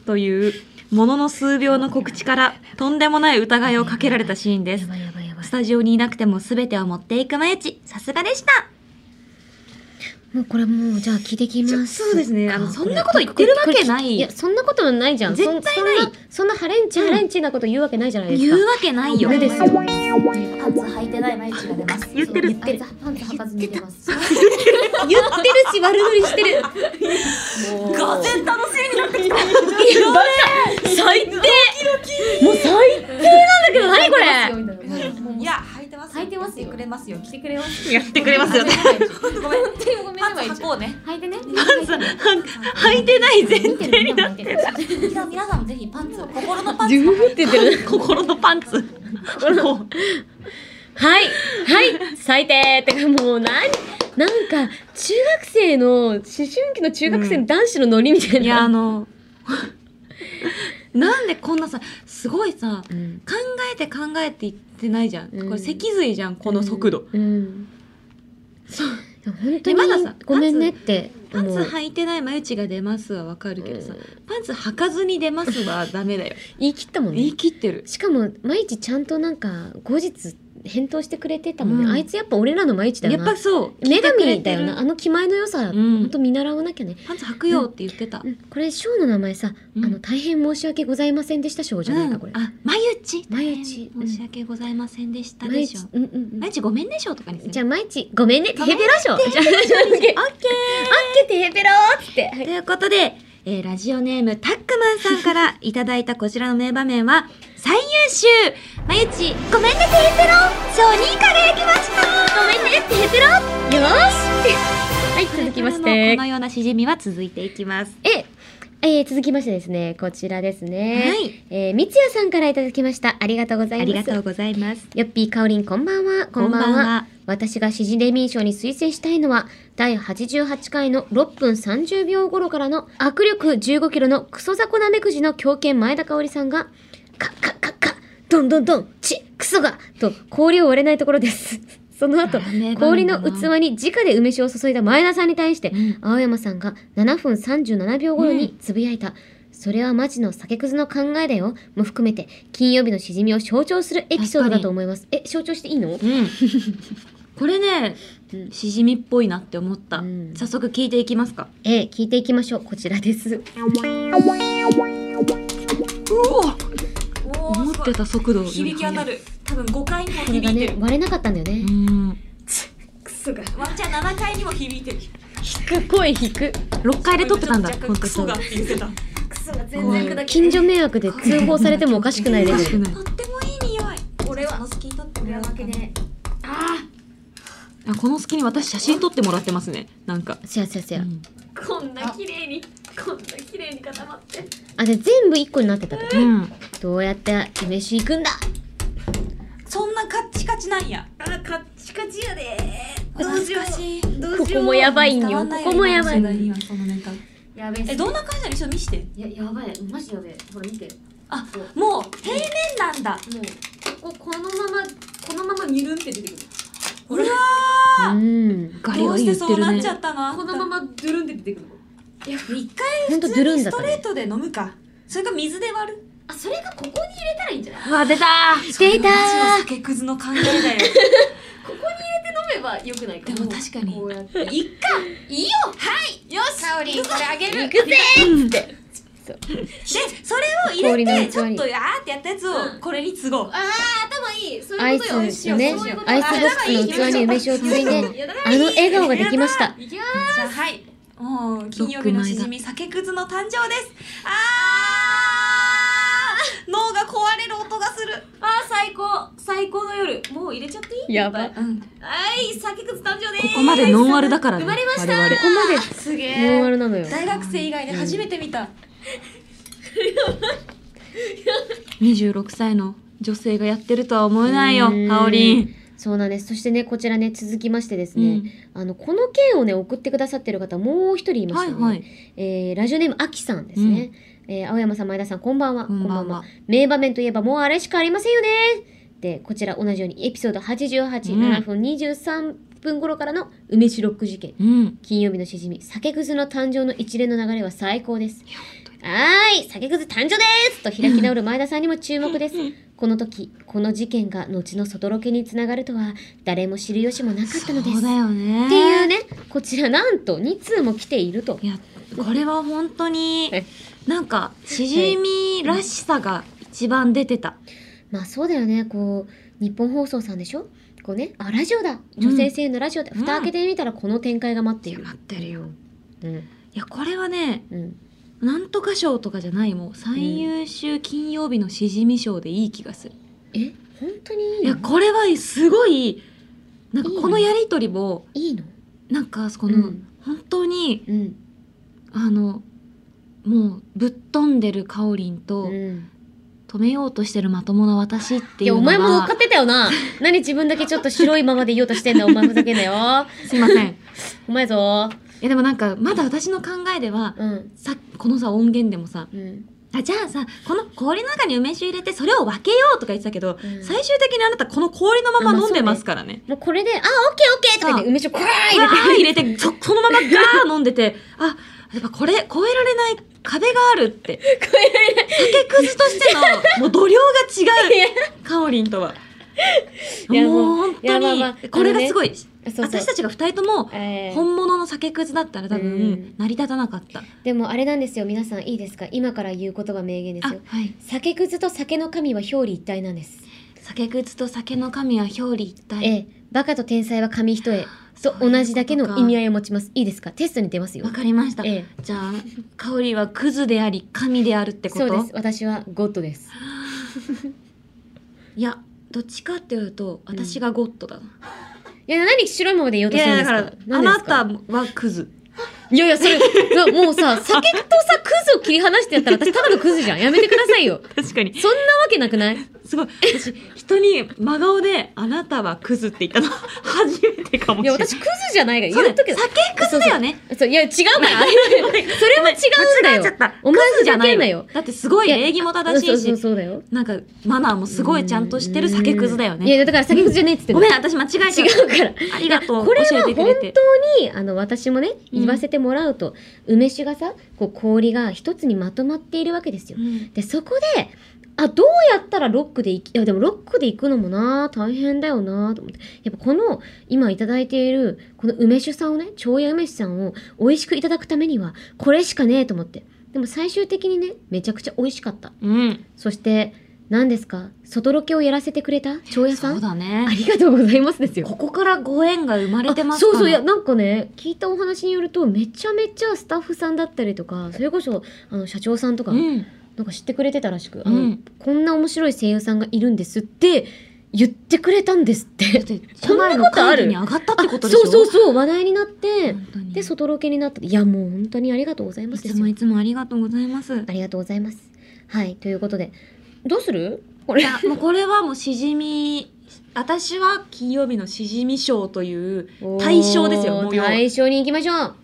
という、ものの数秒の告知から、とんでもない疑いをかけられたシーンで
や
す。
ばいやばいやばい
スタジオにいなくても全てを持っていく眉チ、さすがでした。
もうこれもうじゃあ聞いてきます
ちょそうですね
か
あの
これ
そんなこと言ってるわけない
いやそんなことはないじゃん
絶対
そんそんなそんなハレンチ
うん
ハレンチなこと言うわけないじゃないです
言
か
うわけないよ。
ダメですよ
パンツ履いてない毎日が出ます。
言ってる
そうあいつパンツ履かずに出ます
言ってるし悪乗りしてる
ガゼン楽しみになってきた。
最低もう最低なんだけど何これ
いや、履いてますよ。
履いてますよ
来くれますよ。
来てくれます
やってくれますよね。
ごめん。
本当にごめん
パ
な
ン
さい
ツ履こうね。
履いてね
履いてない前
(laughs) 見てるみんなも履いてる
皆皆さんもぜひパンツ、心のパンツ。
ジュフフって言ってる
心のパ
(laughs)
ンツ。もう
はいはい最低ってかもう何なんか中学生の思春期の中学生の男子のノリみたい
いや、
な、
あ (laughs) の、なんでこんなさ、すごいさ、
うん
考えて考えていってないじゃん、
うん
これ脊髄じゃんこの速度、
うんそう本当に
えまださ
ごめんねって
パンツ
もう
履いてない眉内が出ますはわかるけどさ、
うん
パンツ履かずに出ますはダメだよ
言い切ったもんね
(laughs) 言い切ってる
しかも毎日ちゃんとなんか後日返答してくれてたもんね、
うん
あいつやっぱ俺らの毎日だ
や
よ
っ
な
ぱそう
女神だよなあ
聞いてくれてる
の気前の良さ、ほ
ん
んと見習わなきゃね、
パンツ履くよって言ってた、
うんこれショーの名前さ、
うん
あの大変申し訳ございませんでしたショーじゃないかこれ、
うんあ眉内
眉内
大変申し訳ございませんでしたで
毎
し
日
ょ、
うんうんう
眉
ん
内ごめんでしょとかにする
じゃあ毎日ごめんねテヘペロショーじゃあじゃあオッケーオッケーテヘペローっつってはい
ということで、えーラジオネームタックマンさんからいただいたこちらの名場面は、 (laughs) 最優秀まゆち、ごめんね、テヘペロ賞に輝きました (laughs) ごめんね、テヘペロ
よーしはい続きまして
このようなしじみは続いていきます。
ええー続きましてですねこちらですね、
はい。
えー、三ツ矢さんからいただきましたありがとうござい
あ
ます
りがとうございます。
よっぴーかおりんこんばんは。こんばんは。
こんばんは
私がシジレミー賞に推薦したいのは、第88回の6分30秒頃からの握力15キロのクソザコなめくじの狂犬前田香織さんが、カッカッカッカッ、ドンドンドン、チッ、クソが、と氷を割れないところです。その後、氷の器に直で梅酒を注いだ前田さんに対して、
に。
青山さんが7分37秒頃につぶやいた、それはマジの酒くずの考えだよも含めて金曜日のしじみを象徴するエピソードだと思いますえ象徴していいの
うん。これね
う、ん
しじみっぽいなって思った
うん。
早速聞いていきますか。
え聞いていきましょうこちらです
思ってた速度より速い
響き当た。る。多分5回にも
これが
響いて
ね
る。
割れなかったんだよね
うん。
クソが
ワンチャン7回にも響いてる。
引く声引く
6回で撮ってたんだ。
若
ほん
干
と
ク
そ
ソ
う
が
だ
っ。て言ってた。
クソが全然砕け
近
ない
所迷惑で通報されてもおかしくない
(laughs)
レベル
ない
とってもいい匂い。俺はの好き取って
俺は負けねえあ
あこの隙に私写真撮ってもらってますね。なんか。
せやせやせ
う
や
ん
ーこんな綺麗にこんな綺麗に固まって
あで全部一個になってたと
うん。
どうやって梅酒行くんだ
そんなカッチカチなんや。
あーカッチカチやでどうし
懐
よ
かしい。
うどうしよ
こ
う
こもやばいんよここもやばい
今の世代にはそのネタ
やべえ
えどんな感じなの一緒に見して。
ややばいマジやべえほら見て
あ
そう
もう平面なんだ。
もうこここのままこのままニュルンって出てくる
うわ
うん
ガリ
ど
ガ
う
リ
して
言っ
そ
て
うな
る
っちゃ
ね。
ったのあんた
このままドゥルンって出てくる
いや一
ほんとドゥル
回
ン
ス
だっ
ト
た
レ
ね
ートで飲むか。それか水で割る。
あそれがここに入れたらいいんじゃないう
わ出たー。
出たー
マジの酒くずの考えだよ。
飲めばよくないか
(laughs) でも確かに
こうやって
いっか。いいよ。はい。よし。香りこれあげる。
行くぜーっつって
でそれを入
氷の器
れて
に
ちょっとあーってやったやつをこれに継ごう。
あー頭いいそう
ア
いう
イ
こ
ス
とよ
で
し
す
よう
ね
そういうこと
アイスボックスの器に梅酒を注い
い
で
やだか
あの笑顔ができました
らいきま
じゃあはい。もう金曜日のしじみ酒くずの誕生です。あー脳が壊れる音がする。
あー最高最高の夜もう入れちゃっていい
やば
いっぱい
うん。
はい酒くず誕生でーす
ここまでノンアルだからね。
生まれました
我々
ここまです
げ
ノンア
え
ルなのよ
大学生以外で初めて見た。
26歳の女性がやってるとは思えないよ
うーん
ハオリン、
そうなんですそしてねこちらね続きましてです
う
ね
ん、
あのこの件をね送ってくださってる方もう一人いまし
は
た
い
ね、
はい
えーラジオネームあきさんですね、えー青山さん前田さんこんばんは
こんばんは
名場面といえばもうあれしかありませんよねでこちら同じようにエピソード887、7分23分頃からの梅酒ロック事件
うん
金曜日のしじみ酒くずの誕生の一連の流れは最高ですはーい酒くず誕生ですと開き直る前田さんにも注目ですこの時この事件が後の外ロケにつながるとは誰も知る由もなかったのです
そうだよね
っていうねこちらなんと2通も来ていると
いやこれは本当に
はい
なんかしじみらしさが一番出てた
まあそうだよねこう日本放送さんでしょこうねあラジオだ女性声優のラジオだ、
うん
蓋開けてみたらこの展開が待っている
待ってるよ
うん
いやこれはね
うん
なんとか賞とかじゃないもう最優秀金曜日のしじみ賞でいい気がする、
え本当にいい
いや
の
これはすごいなんかこのやりとりも
いいの
なんかこの
うん
本当に
うん
あのもうぶっ飛んでるかおりんと、
うん
止めようとしてるまともな私って
い
い
や
う
お
のが
前も乗っかってたよ
(laughs)
な何自分だけちょっと白いままでいようとしてんだよお前ふざけんなよ
すいませんい
お前ぞ
やでもなんかまだ私の考えでは
うん
さこのさ音源でもさ
うん
あじゃあさこの氷の中に梅酒入れてそれを分けようとか言ってたけど、
うん
最終的にあなたこの氷のまま飲んでますからね。
もうこれで「あオッケーオッケー」とか言って梅酒こわー
わ
入
ー入れてそそのままガー飲んでてあやっぱこれ越えられない壁があるって
れてこうやって
酒くずとしてのもう度量が
いや
違うかおりんとは。
いや
もう
もう
本
いや
当
まあ
に
まあ
これがすごい、
そうそう
私たちが二人とも
えー
本物の酒くずだったら多
うん
分成り立たなかった。
でもあれなんですよ皆さんいいですか今から言う言葉名言ですよ
はい。
酒くずと酒の神は表裏一体なんです、
酒くずと酒の神は表裏一体。
ええバカと天才は紙一重と同じだけの意味合いを持ちますいいですかテストに出ますよ
わかりました。
ええ
じゃあ香りはクズであり神であるってこ
そ
と。
うです私はゴッドです
いやどっちかっていうと私がゴッドだな。
いや何白いままで言おう
い
とするんで
やだ
す
か
から何
あ
で
な
すか
たはクズ。
いやいやそれうわもうさ酒とさクズを切り離してやったら私ただのクズじゃんやめてくださいよ
確かに
そんなわけなく (laughs) ない
すごい私人に真顔であなたはクズって言ったの (laughs) 初めて。手かも
い
しれ
や、
ない。
私、クズじゃないから、
そう
言
だ
っとく
酒くずだよね。
そう、いや、違うから。
それ
は違うんだよ
間違えちゃった。
お前
クズじゃない
ふざけんなよ
だってすごい礼儀も正し
そう
い
そう
し、
そうだよ。
なんかマナーもすごいちゃんとしてる酒くずだよ
い
ね。
や、だから酒くずじゃねえって言ってん
ご
の
めん、私間違えちゃっ
違うから。
た。ありがとう。
これは
教えてくれ
(laughs)
て。
にあの私もね
うん
言わせてもらうと、梅酒がさこう氷が一つにまとまっているわけですよ。
うん
でそこであどうやったらロックでいきいやでもロックで行くのもな大変だよなと思ってやっぱこの今いただいているこの梅酒さんをね長屋梅酒さんを美味しくいただくためにはこれしかねえと思ってでも最終的にねめちゃくちゃ美味しかった
うん。
そして何ですか外ロケをやらせてくれた長屋さ
そうんだ
あ
ね。
りがとうございますですよ
ここからご縁が生まれてます
そう
から
そういやなんかね聞いたお話によるとめちゃめちゃスタッフさんだったりとかそれこそあの社長さんとか、
うん。
なんか知ってくれてたらしく、
う
あの
ん。
こんな面白い声優さんがいるんですって言ってくれたんですっ
だ
て
って、
そんなことある
社内の会議に上がったってことでしょ
そうそうそう話題になって
本当に
で外ロケになったいやもう本当にありがとうございま
い
すで
つ
す
も
よ
いつもありがとうございます
あ。りがとうございますはいということでどうするこれ
いやもうこれはもうしじみ私は金曜日のしじみ賞という対象ですよ
おー
模様
対象に行きましょう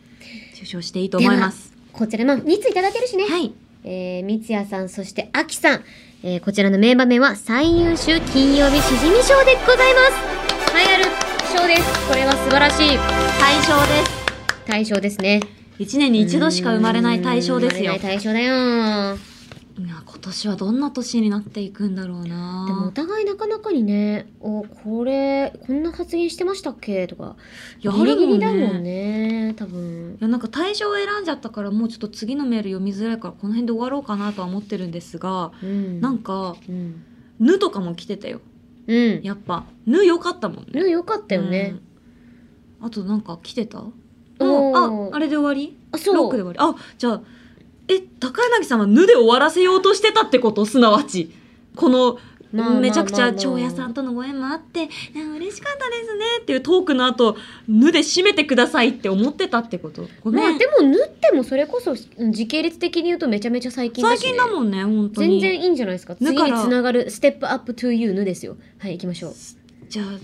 受賞していいと思います
こちらまあ2ついただけるしね
はい
えー、三ツ矢さん、そしてアキさん。えー、こちらの名場面は最優秀金曜日しじみ賞でございます。栄えある賞です。これは素晴らしい
対象です
大賞ですね。
一年に一度しか生まれない対象ですよ
うーん
いや
生まれない大賞だよ。
今年はどんな年になっていくんだろう
でもお
な
互いなかなかにね、お、これ、こんな発言してましたっけとか。
や
ギリギリだ
ある
も
もん
ん
ね
ね、多分
い。やなんか対象を選んじゃったからもうちょっと次のメール読みづらいからこの辺で終わろうかなとは思ってるんですが、
うん。
なんか
うん。
「ぬ」とかも来てたよ
うん。
やっぱ「ぬ」良かったもんね
ね、よかったよね。
うんあとなんか来てたも
お
う
ー
ああれで終わり
あ、そう。
ロックで終わりあじゃあえ高柳さんは「ぬ」で終わらせようとしてたってことすなわちこの
まあまあ
めちゃくち
まあ
ゃ
まあ
長屋さんとのご縁もあっていや嬉しかったですねっていうトークの後ぬ」で締めてくださいって思ってたってことご
ま
め
あ
ん
でも縫ってもそれこそうん時系列的に言うとめちゃめちゃ最近だ
最
し、ね、
近だもんね本当
全
に
然いいんじゃないですか
だ
次
から
につながるステップアップトゥーユーぬですよはい行きましょう
じゃあ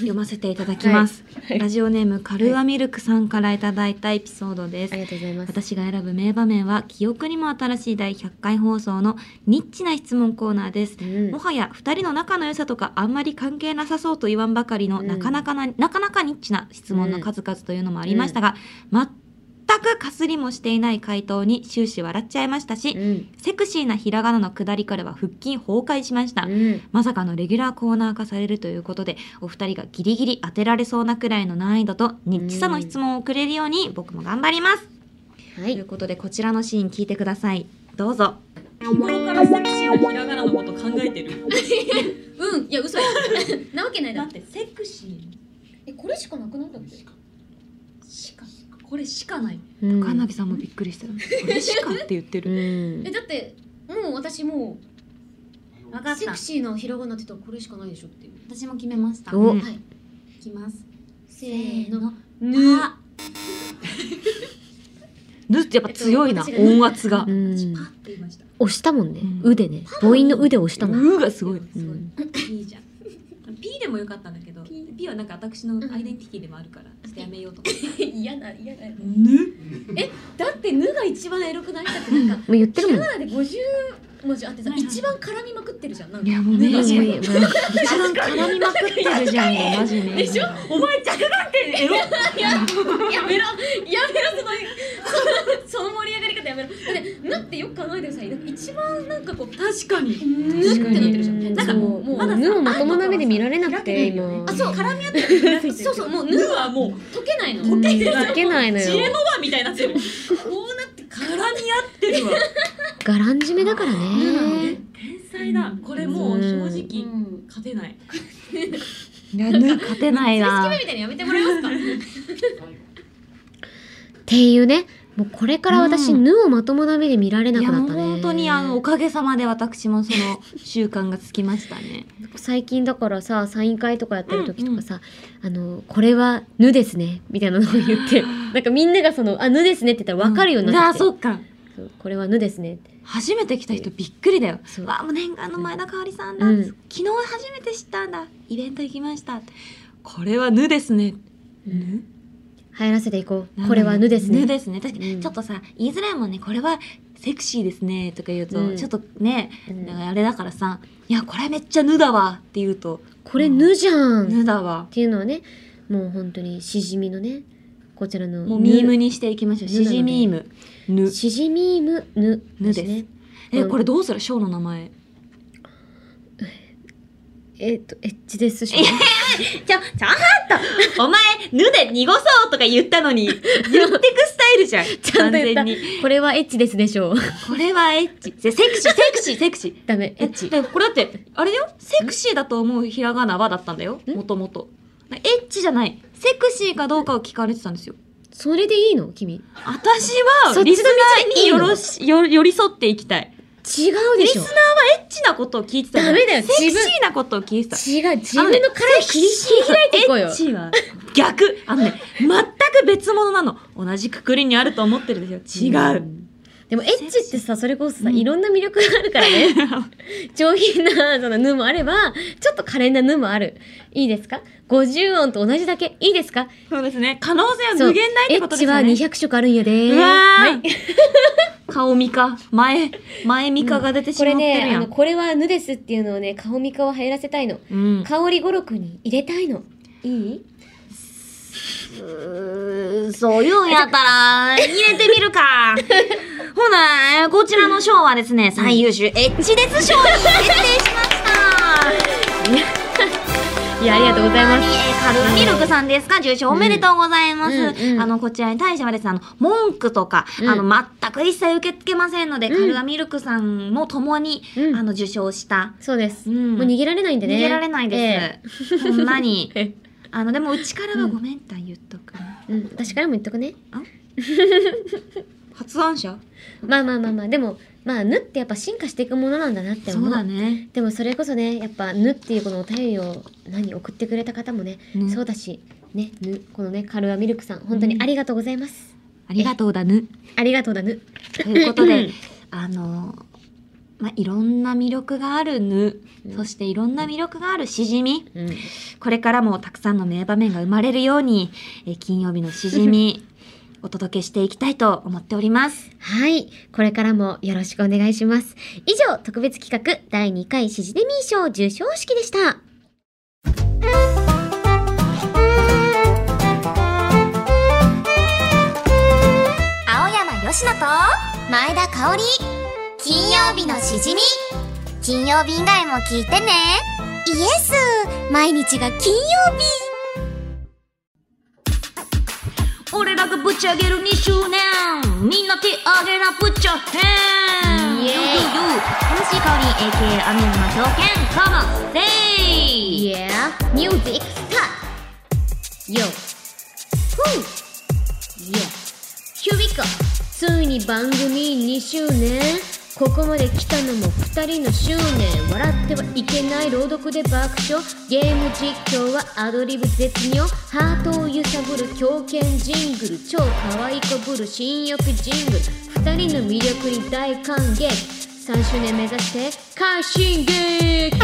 読ませていただきます、ラジオネームカルアミルクさんからいただいたエピソードです
ありがとうございます
私が選ぶ名場面は記憶にも新しい第100回放送のニッチな質問コーナーです
う。ん
もはや2人の仲の良さとかあんまり関係なさそうと言わんばかりの、
うん
なかなかななかなかニッチな質問の数々というのもありましたが、全くかすりもしていない回答に終始笑っちゃいましたし、
うん
セクシーなひらがなの下りからは腹筋崩壊しました。
うん
まさかのレギュラーコーナー化されるということでお二人がギリギリ当てられそうなくらいの難易度とニッチさの質問をくれるように僕も頑張ります。
は
とい
いう
ことでこちらのシーン聞いてくださいどうぞ
日頃からセクシーなひらがなのこと考えてる
うんいや嘘やなわけないだろ
てセクシ
えこれしかなくなったっけ
ーしかこれしかない
うん
神奈木さんもびっくりしたこれしかって言って
う
る
ん
えだってもう私も
分
うセクシーなひらがなって言ったらこれしかないでしょっていう
私も決めました
お
うん
はいい
きます
せーの
ぬぬってやっぱ強いな
えっと私が
音圧が
うん
って言いました
押したもんね
うん
腕ね母音の腕押したもん
うがすごい
うん
い P じゃん P でもよかったんだけど P, はなんか私のアイデンティティでもあるからちょっとやめようと思って
(laughs) 嫌な嫌な
ぬ
だって「ぬ」が一番エロくないだってなんか
もう言って
ひ
るも
ら
ん
がなで50文字あってさ
はいはい
一番絡みまくってるじゃんなん
い
か
やもうね
ぬが
もう
もうもう
一番絡みまくってるじゃんもうマジね
でしょ
お前着眼点エロ
やめろやめろそのそのその盛り上がり方やめろだって「ぬ」ってよく考えてくださいなんか一番なんかこう
確かに
「ぬ」ってなってるじゃんなんか
そう
もうもう
まだ
ぬ
ぬをまともな目で見られなくて今
あそう絡み合ってるそうそうもう「ぬ」はもう溶けないの
うん溶けないのよ
バみたいになってる
(laughs) こうなって絡
絡み合ってるわ
ガラン締めだから
ぬなのね
ね
天才だこれもう正直
む
勝てない
いやぬ勝てない
好き目
な
みたいにやめてもらえますか
っていうねもうこれから私
うん
ぬをまともな目で見られないく
や
な
も
っ
う
たね
本当にあのおかげさまで私もその習慣がつきましたね
最近だからさサイン会とかやってる時とかさ「あのこれはぬですね」みたいなのを言
(laughs)
ってなんかみんながその「あぬですね」って言ったら分かるようにな
あ
ってきて
そっか
そうこれはぬですねって
初めて来た人びっくりだよ
そう
わあもう念願の前田香織さんだ、
うん
昨日初めて知ったんだイベント行きましたこれはぬですねぬ
流行らせていこう。これはぬですね。
ぬですね。確か
うん
に、ちょっとさ、言いづらいもんね、これはセクシーですね、とか言うと、
うん
ちょっとね、
うん
あれだからさ、いや、これめっちゃぬだわって言うと、
これぬじゃんっ
ぬだわ。
ていうのはね、もう本当にしじみのね、こちらの
もうミーム
に。
にしていきましょう。
ぬなの
し
で
じミーム。ぬ。
しじみーむぬ
ぬ
ですね。
え、
うん
これどうするショーの名前。
えっと、エッチですしょ。
ちょ、ちゃんとお前、ぬで濁そうとか言ったの (laughs) に、言ってくスタイ (laughs) ルじゃん。
ちゃんと言った
完全に。
これはエッチですでしょう。
これはエッチ。せセクシー、 (laughs) セクシー、セクシー。
ダメ、エ
え
ッチ。
えこれだってあれだよセクシーだと思うひらがなはだったんだよ
ん
もともとエッチじゃないセクシーかどうかを聞かれてたんですよ
それでいいの君。
私
そ
は
っちの道
リスナーによ
いいの
ろしよ寄り添っていきたい
違うでしょ。
エッチなことを聞いてたの
ダメだよ
セクシ
自分
ーなことを聞いてた
違う、自分の殻を切り開いていこうよ
エッ。チは逆あのね全く別物なの同じくくりにあると思ってるでしょ違う、
でもエッチってさ、それこそさ、
うん
いろんな魅力があるからね。上品なそのぬもあれば、ちょっと可憐なぬもある。いいですか ?50 音と同じだけ。いいですか
(laughs) そうですね可能性
そう
は無限大っ
エ
てこ
ッ
とです
チ
よ
は
ね
200色あるんやで
う
ー。
わ
は
ー
い。
顔見か前前見かが出てし
こ
まっ
れ
てる
ね、
や
あ
ん、
の、これはぬですっていうのをね、顔みかを入らせたいの。
うん、
香り語録に入れたいの。いい
そういうんやったら、入れてみる (laughs) か。ほな、えーこちらの賞はですね、最優秀エッチデス (laughs) 賞に決定しました。
いや、ありがとうございます。
えーカルーミルクさんですか受賞おめでとうございます。
うんうん
あの、こちらに対してはですね、あの、文句とか、
うん
あの、全く一切受け付けませんので、
うん
カルーミルクさんも共に、
うん
あの、受賞した。
そうです。
うん
もう逃げられないんでね。
逃げられない
え。
です。ほんまに (laughs)
え
あの、でも、うちからはごめんとは言っとくね。
えうん、私からも言っとくね。
発案者
まあまあまあまあ、でも、まあ、ぬってやっぱ進化していくものなんだなって思う。
そうだね。
でもそれこそねやっぱ「ぬ」っていうこのお便りを何送ってくれた方もね、
ね
そうだしね「ぬ」このねカルアミルクさん本当にありがとうございます、
ありがとうだぬ。
ありがとうだぬ
ということ
う
で
ん、
あのまあ、いろんな魅力があるぬ、そしていろんな魅力があるしじみ。
うん
これからもたくさんの名場面が生まれるように、えー金曜日のしじみ、 (laughs) お届けしていきたいと思っております。
はいこれからもよろしくお願いします以上特別企画第2回シジデミー賞授賞式でした
青山よしと前田香織金曜日のしじみ金曜日以外も聞いてねイエス毎日が金曜日
俺らがぶち上げる2周年みんな手上げなぶっちゃへん
イエーイ
!MC かおりん AKA アミューズの条件カモせい
Yeah music start Yo Woo Yeah Here we go ついに番組2周年ここまで来たのも2人の執念笑ってはいけない朗読で爆笑ゲーム実況はアドリブ絶妙ハートを揺さぶる狂犬ジングル超可愛いこぶる新欲ジングル2人の魅力に大歓迎3周年目指して快進撃チェキ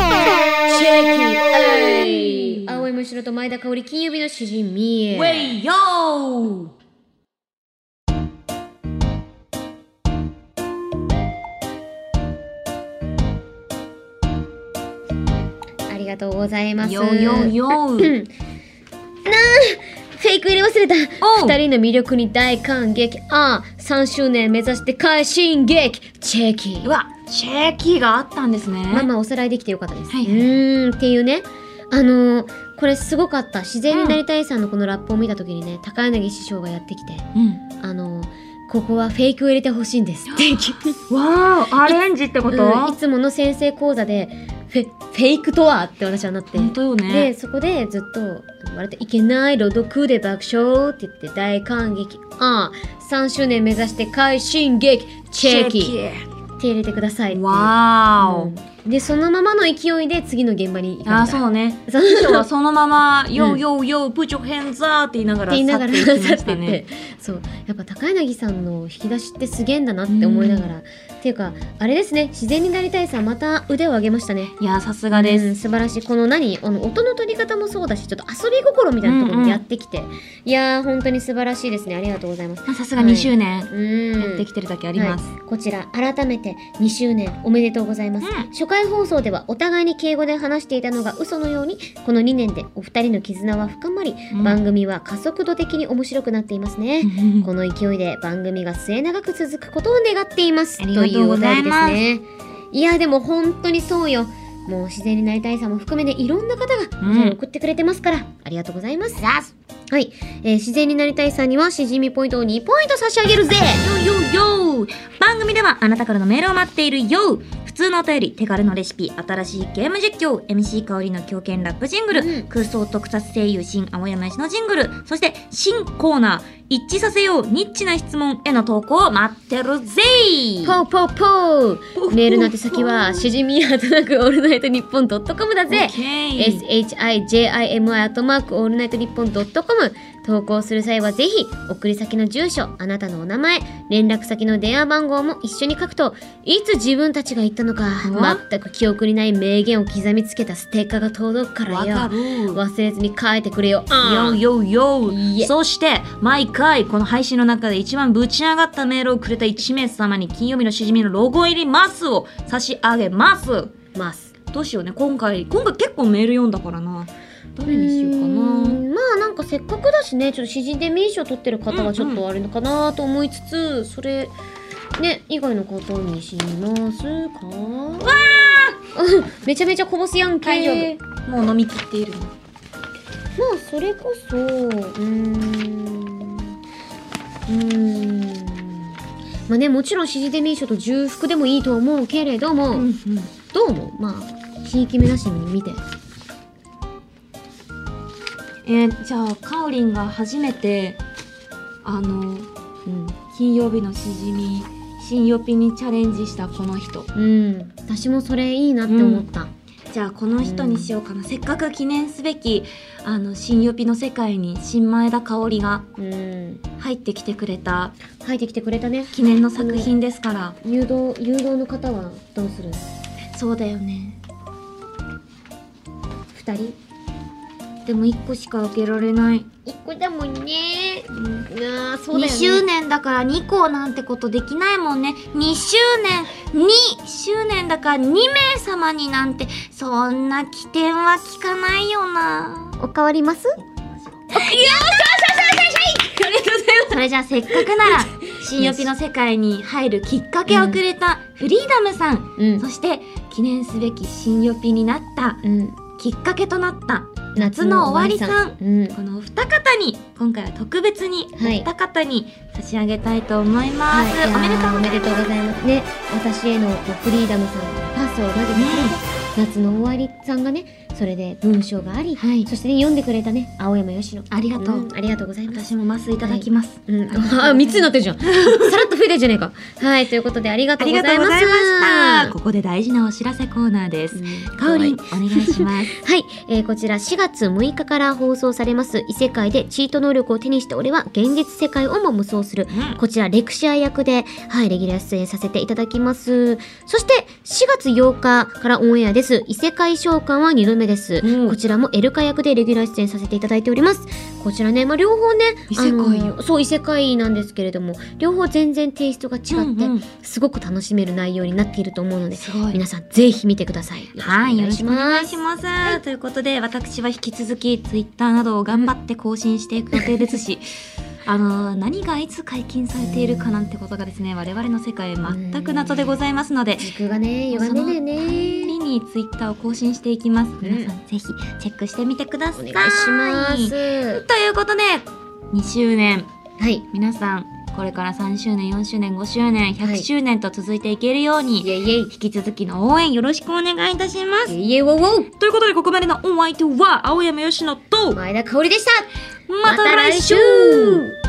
エイ青山しろと前田香織金曜日の詩人みえ
ウェイヨー
ありがとうございます
ヨーヨーヨー
フェイク入れ忘れた
おう
二人の魅力に大感激ああ3周年目指して快進撃チェキ
うわシェーキーがあったんですね
まあまあおさらいできてよかったです、
はいう
ーんっていうねあのーこれすごかった自然になりたいさんのこのラップを見た時にね、高柳師匠がやってきて
うん
あのーここはフェイクを入れてほしいんですっていう
わーアレンジってこと
うんいつもの先生講座でフェフェイクとはって私はなって、
本当よ
で
ね
そこでずっと「割といけない朗読で爆笑」って言って大感激ああ3周年目指して快進撃チェキ手入れてくださいっていう
わーお、
うんでそのままの勢いで次の現場に行か
あー
れた
そうね
(laughs) そう
師匠はそのまま「
う
ヨー
ん
ヨーヨープチョヘンザー」って言いなが
っ
ら
て言いながら去
去
っ
って
いっ
ていきま
て
したね
そうやっぱ高柳さんの引き出しってすげえんだなって思いながら、ていうかあれですね自然になりたいさまた腕を上げましたね
いやーさすがです、
うん素晴らしいこの何あの音の取り方もそうだしちょっと遊び心みたいなところ
うんう
も
ん
やってきて、いやー本当に素晴らしいですねありがとうございます
まあさすが2周年
うん
やってきてるだけあります、
はいこちら改めて2周年おめでとうございます、
うん
初回放送ではお互いに敬語で話していたのが嘘のようにこの2年でお二人の絆は深まり、
うん
番組は加速度的に面白くなっていますね、
(laughs) うん
この勢いで番組が末永く続くことを願っています
ありがとうございま
というお
す
便りですねいやでも本当にそうよもう自然になりたいさんも含めねいろんな方が
うん
それを送ってくれてますから、ありがとうございますはい、えー自然になりたいさんにはしじみポイントを2ポイント差し上げるぜ
よよよ番組ではあなたからのメールを待っているよ普通のお便り手軽のレシピ新しいゲーム実況 MC 香りの狂犬ラップジングル、
うん
空想特撮声優新青山石のジングルそして新コーナー一致させようニッチな質問への投稿を待ってるぜ
ポーポーポーメールの宛先はしじみアトなくオールナイトニッポンドットコムだぜ
OK
shijimi アットマークオールナイトニッポンドットコム投稿する際はぜひ送り先の住所あなたのお名前連絡先の電話番号も一緒に書くといつ自分たちが言ったのか
うわ
全く記憶にない名言を刻みつけたステッカーが届くから
わ
よ
かる
忘れずに書いてくれよ
よよよ
いえ
そして毎回この配信の中で一番ぶち上がったメールをくれた1名様に金曜日のしじみのロゴ入りますを差し上げます
ます
どうしようね今回今回結構メール読んだからなどれにしようか
う
な
ーんまあなんかせっかくだしねちょっと詩人で名賞取ってる方はちょっとあれかなと思いつつ、それね以外のことにしますかわあ (laughs) めちゃめちゃこぼすやんけ
大丈夫もう飲み切っている
まあそれこそうーんうーんまあねもちろん詩人で名賞と重複でもいいと思うけれども、
うんうん
どう思うまあひいき目なしに見て
えーじゃあかおりんが初めてあ
う
の
ん
金曜日のしじみ新予備にチャレンジしたこの人
うん私もそれいいなって思った、
じゃあこの人にしようかな、せっかく記念すべきあの新予備の世界に新前田香織が
うん
入ってきてくれた
書いてきてくれたね
記念の作品ですから、
誘導誘導の方はどうする
そうだよね
二人
でも1個しか受けられない、
一個だもんね
うん
ああそうだ
2
よ
周
ね
年だから2校なんてことできないもんね2周年2周年だから2名様になんてそんな起点は聞かないよな
おかわります
それじゃあせっかくなら新予備の世界に入るきっかけをくれたフリーダムさん
うん
そして記念すべき新予備になった
うん
きっかけとなった夏の終わりさん
うん
このお二方に今回は特別にお
はい
二方に差し上げたいと思いま
はい
す、
いやー
おめでとう
お
ござ
め
い
で
ま
とうございますね私へのこうフリーダムさんがパスを投げてくれて、夏の終わりさんがねそれで文章があり、
すはい
そして、ね、読んでくれたね青山よしの
ありがとう、
んありがとうございます
私もマスいただきます、
うん、あ、三つになってるじゃん。さらっと増えたじゃねえか。はい、ということでありがとうございます。
ここで大事なお知らせコーナーですかおりんお願いします
(laughs) はい、えーこちら4月6日から放送されます異世界でチート能力を手にして俺は現実世界をも無双する。こちらレクシア役で、はい、レギュラー出演させていただきます。そして4月8日からオンエアです。異世界召喚は2度目です。
うん
こちらもエルカ役でレギュラー出演させていただいております。こちらね、まあ、両方ね、
異世界よ
あのそう、異世界なんですけれども、両方全然テイストが違って、
うんうん
すごく楽しめる内容になっていると思うので、
すごい
皆さんぜひ見てください。よろしくお
はい、よ
願
ろ
い
し
し
くお
ま
願い
す
し。ます。ということで、私は引き続きツイッターなどを頑張って更新していく予定で
(laughs)
すし、あの何がいつ解禁されているかなんてことがですね、我々の世界全く謎でございますので、
時空がね、歪んでね
日
ね。
々にツイッターを更新していきます。皆さんぜひチェックしてみてくだ
お
さ
願
い。
いします。
ということで、2周年
はい。
皆さんこれから3周年、4周年、5周年、
は
100
い
周年と続いていけるように、
イェイイェイ。
引き続きの応援よろしくお願いいたします。
イェイイェイウォウウォ
ということでここまでのお相手は青山佳乃と
ウ前田香織でした
また来週
また来週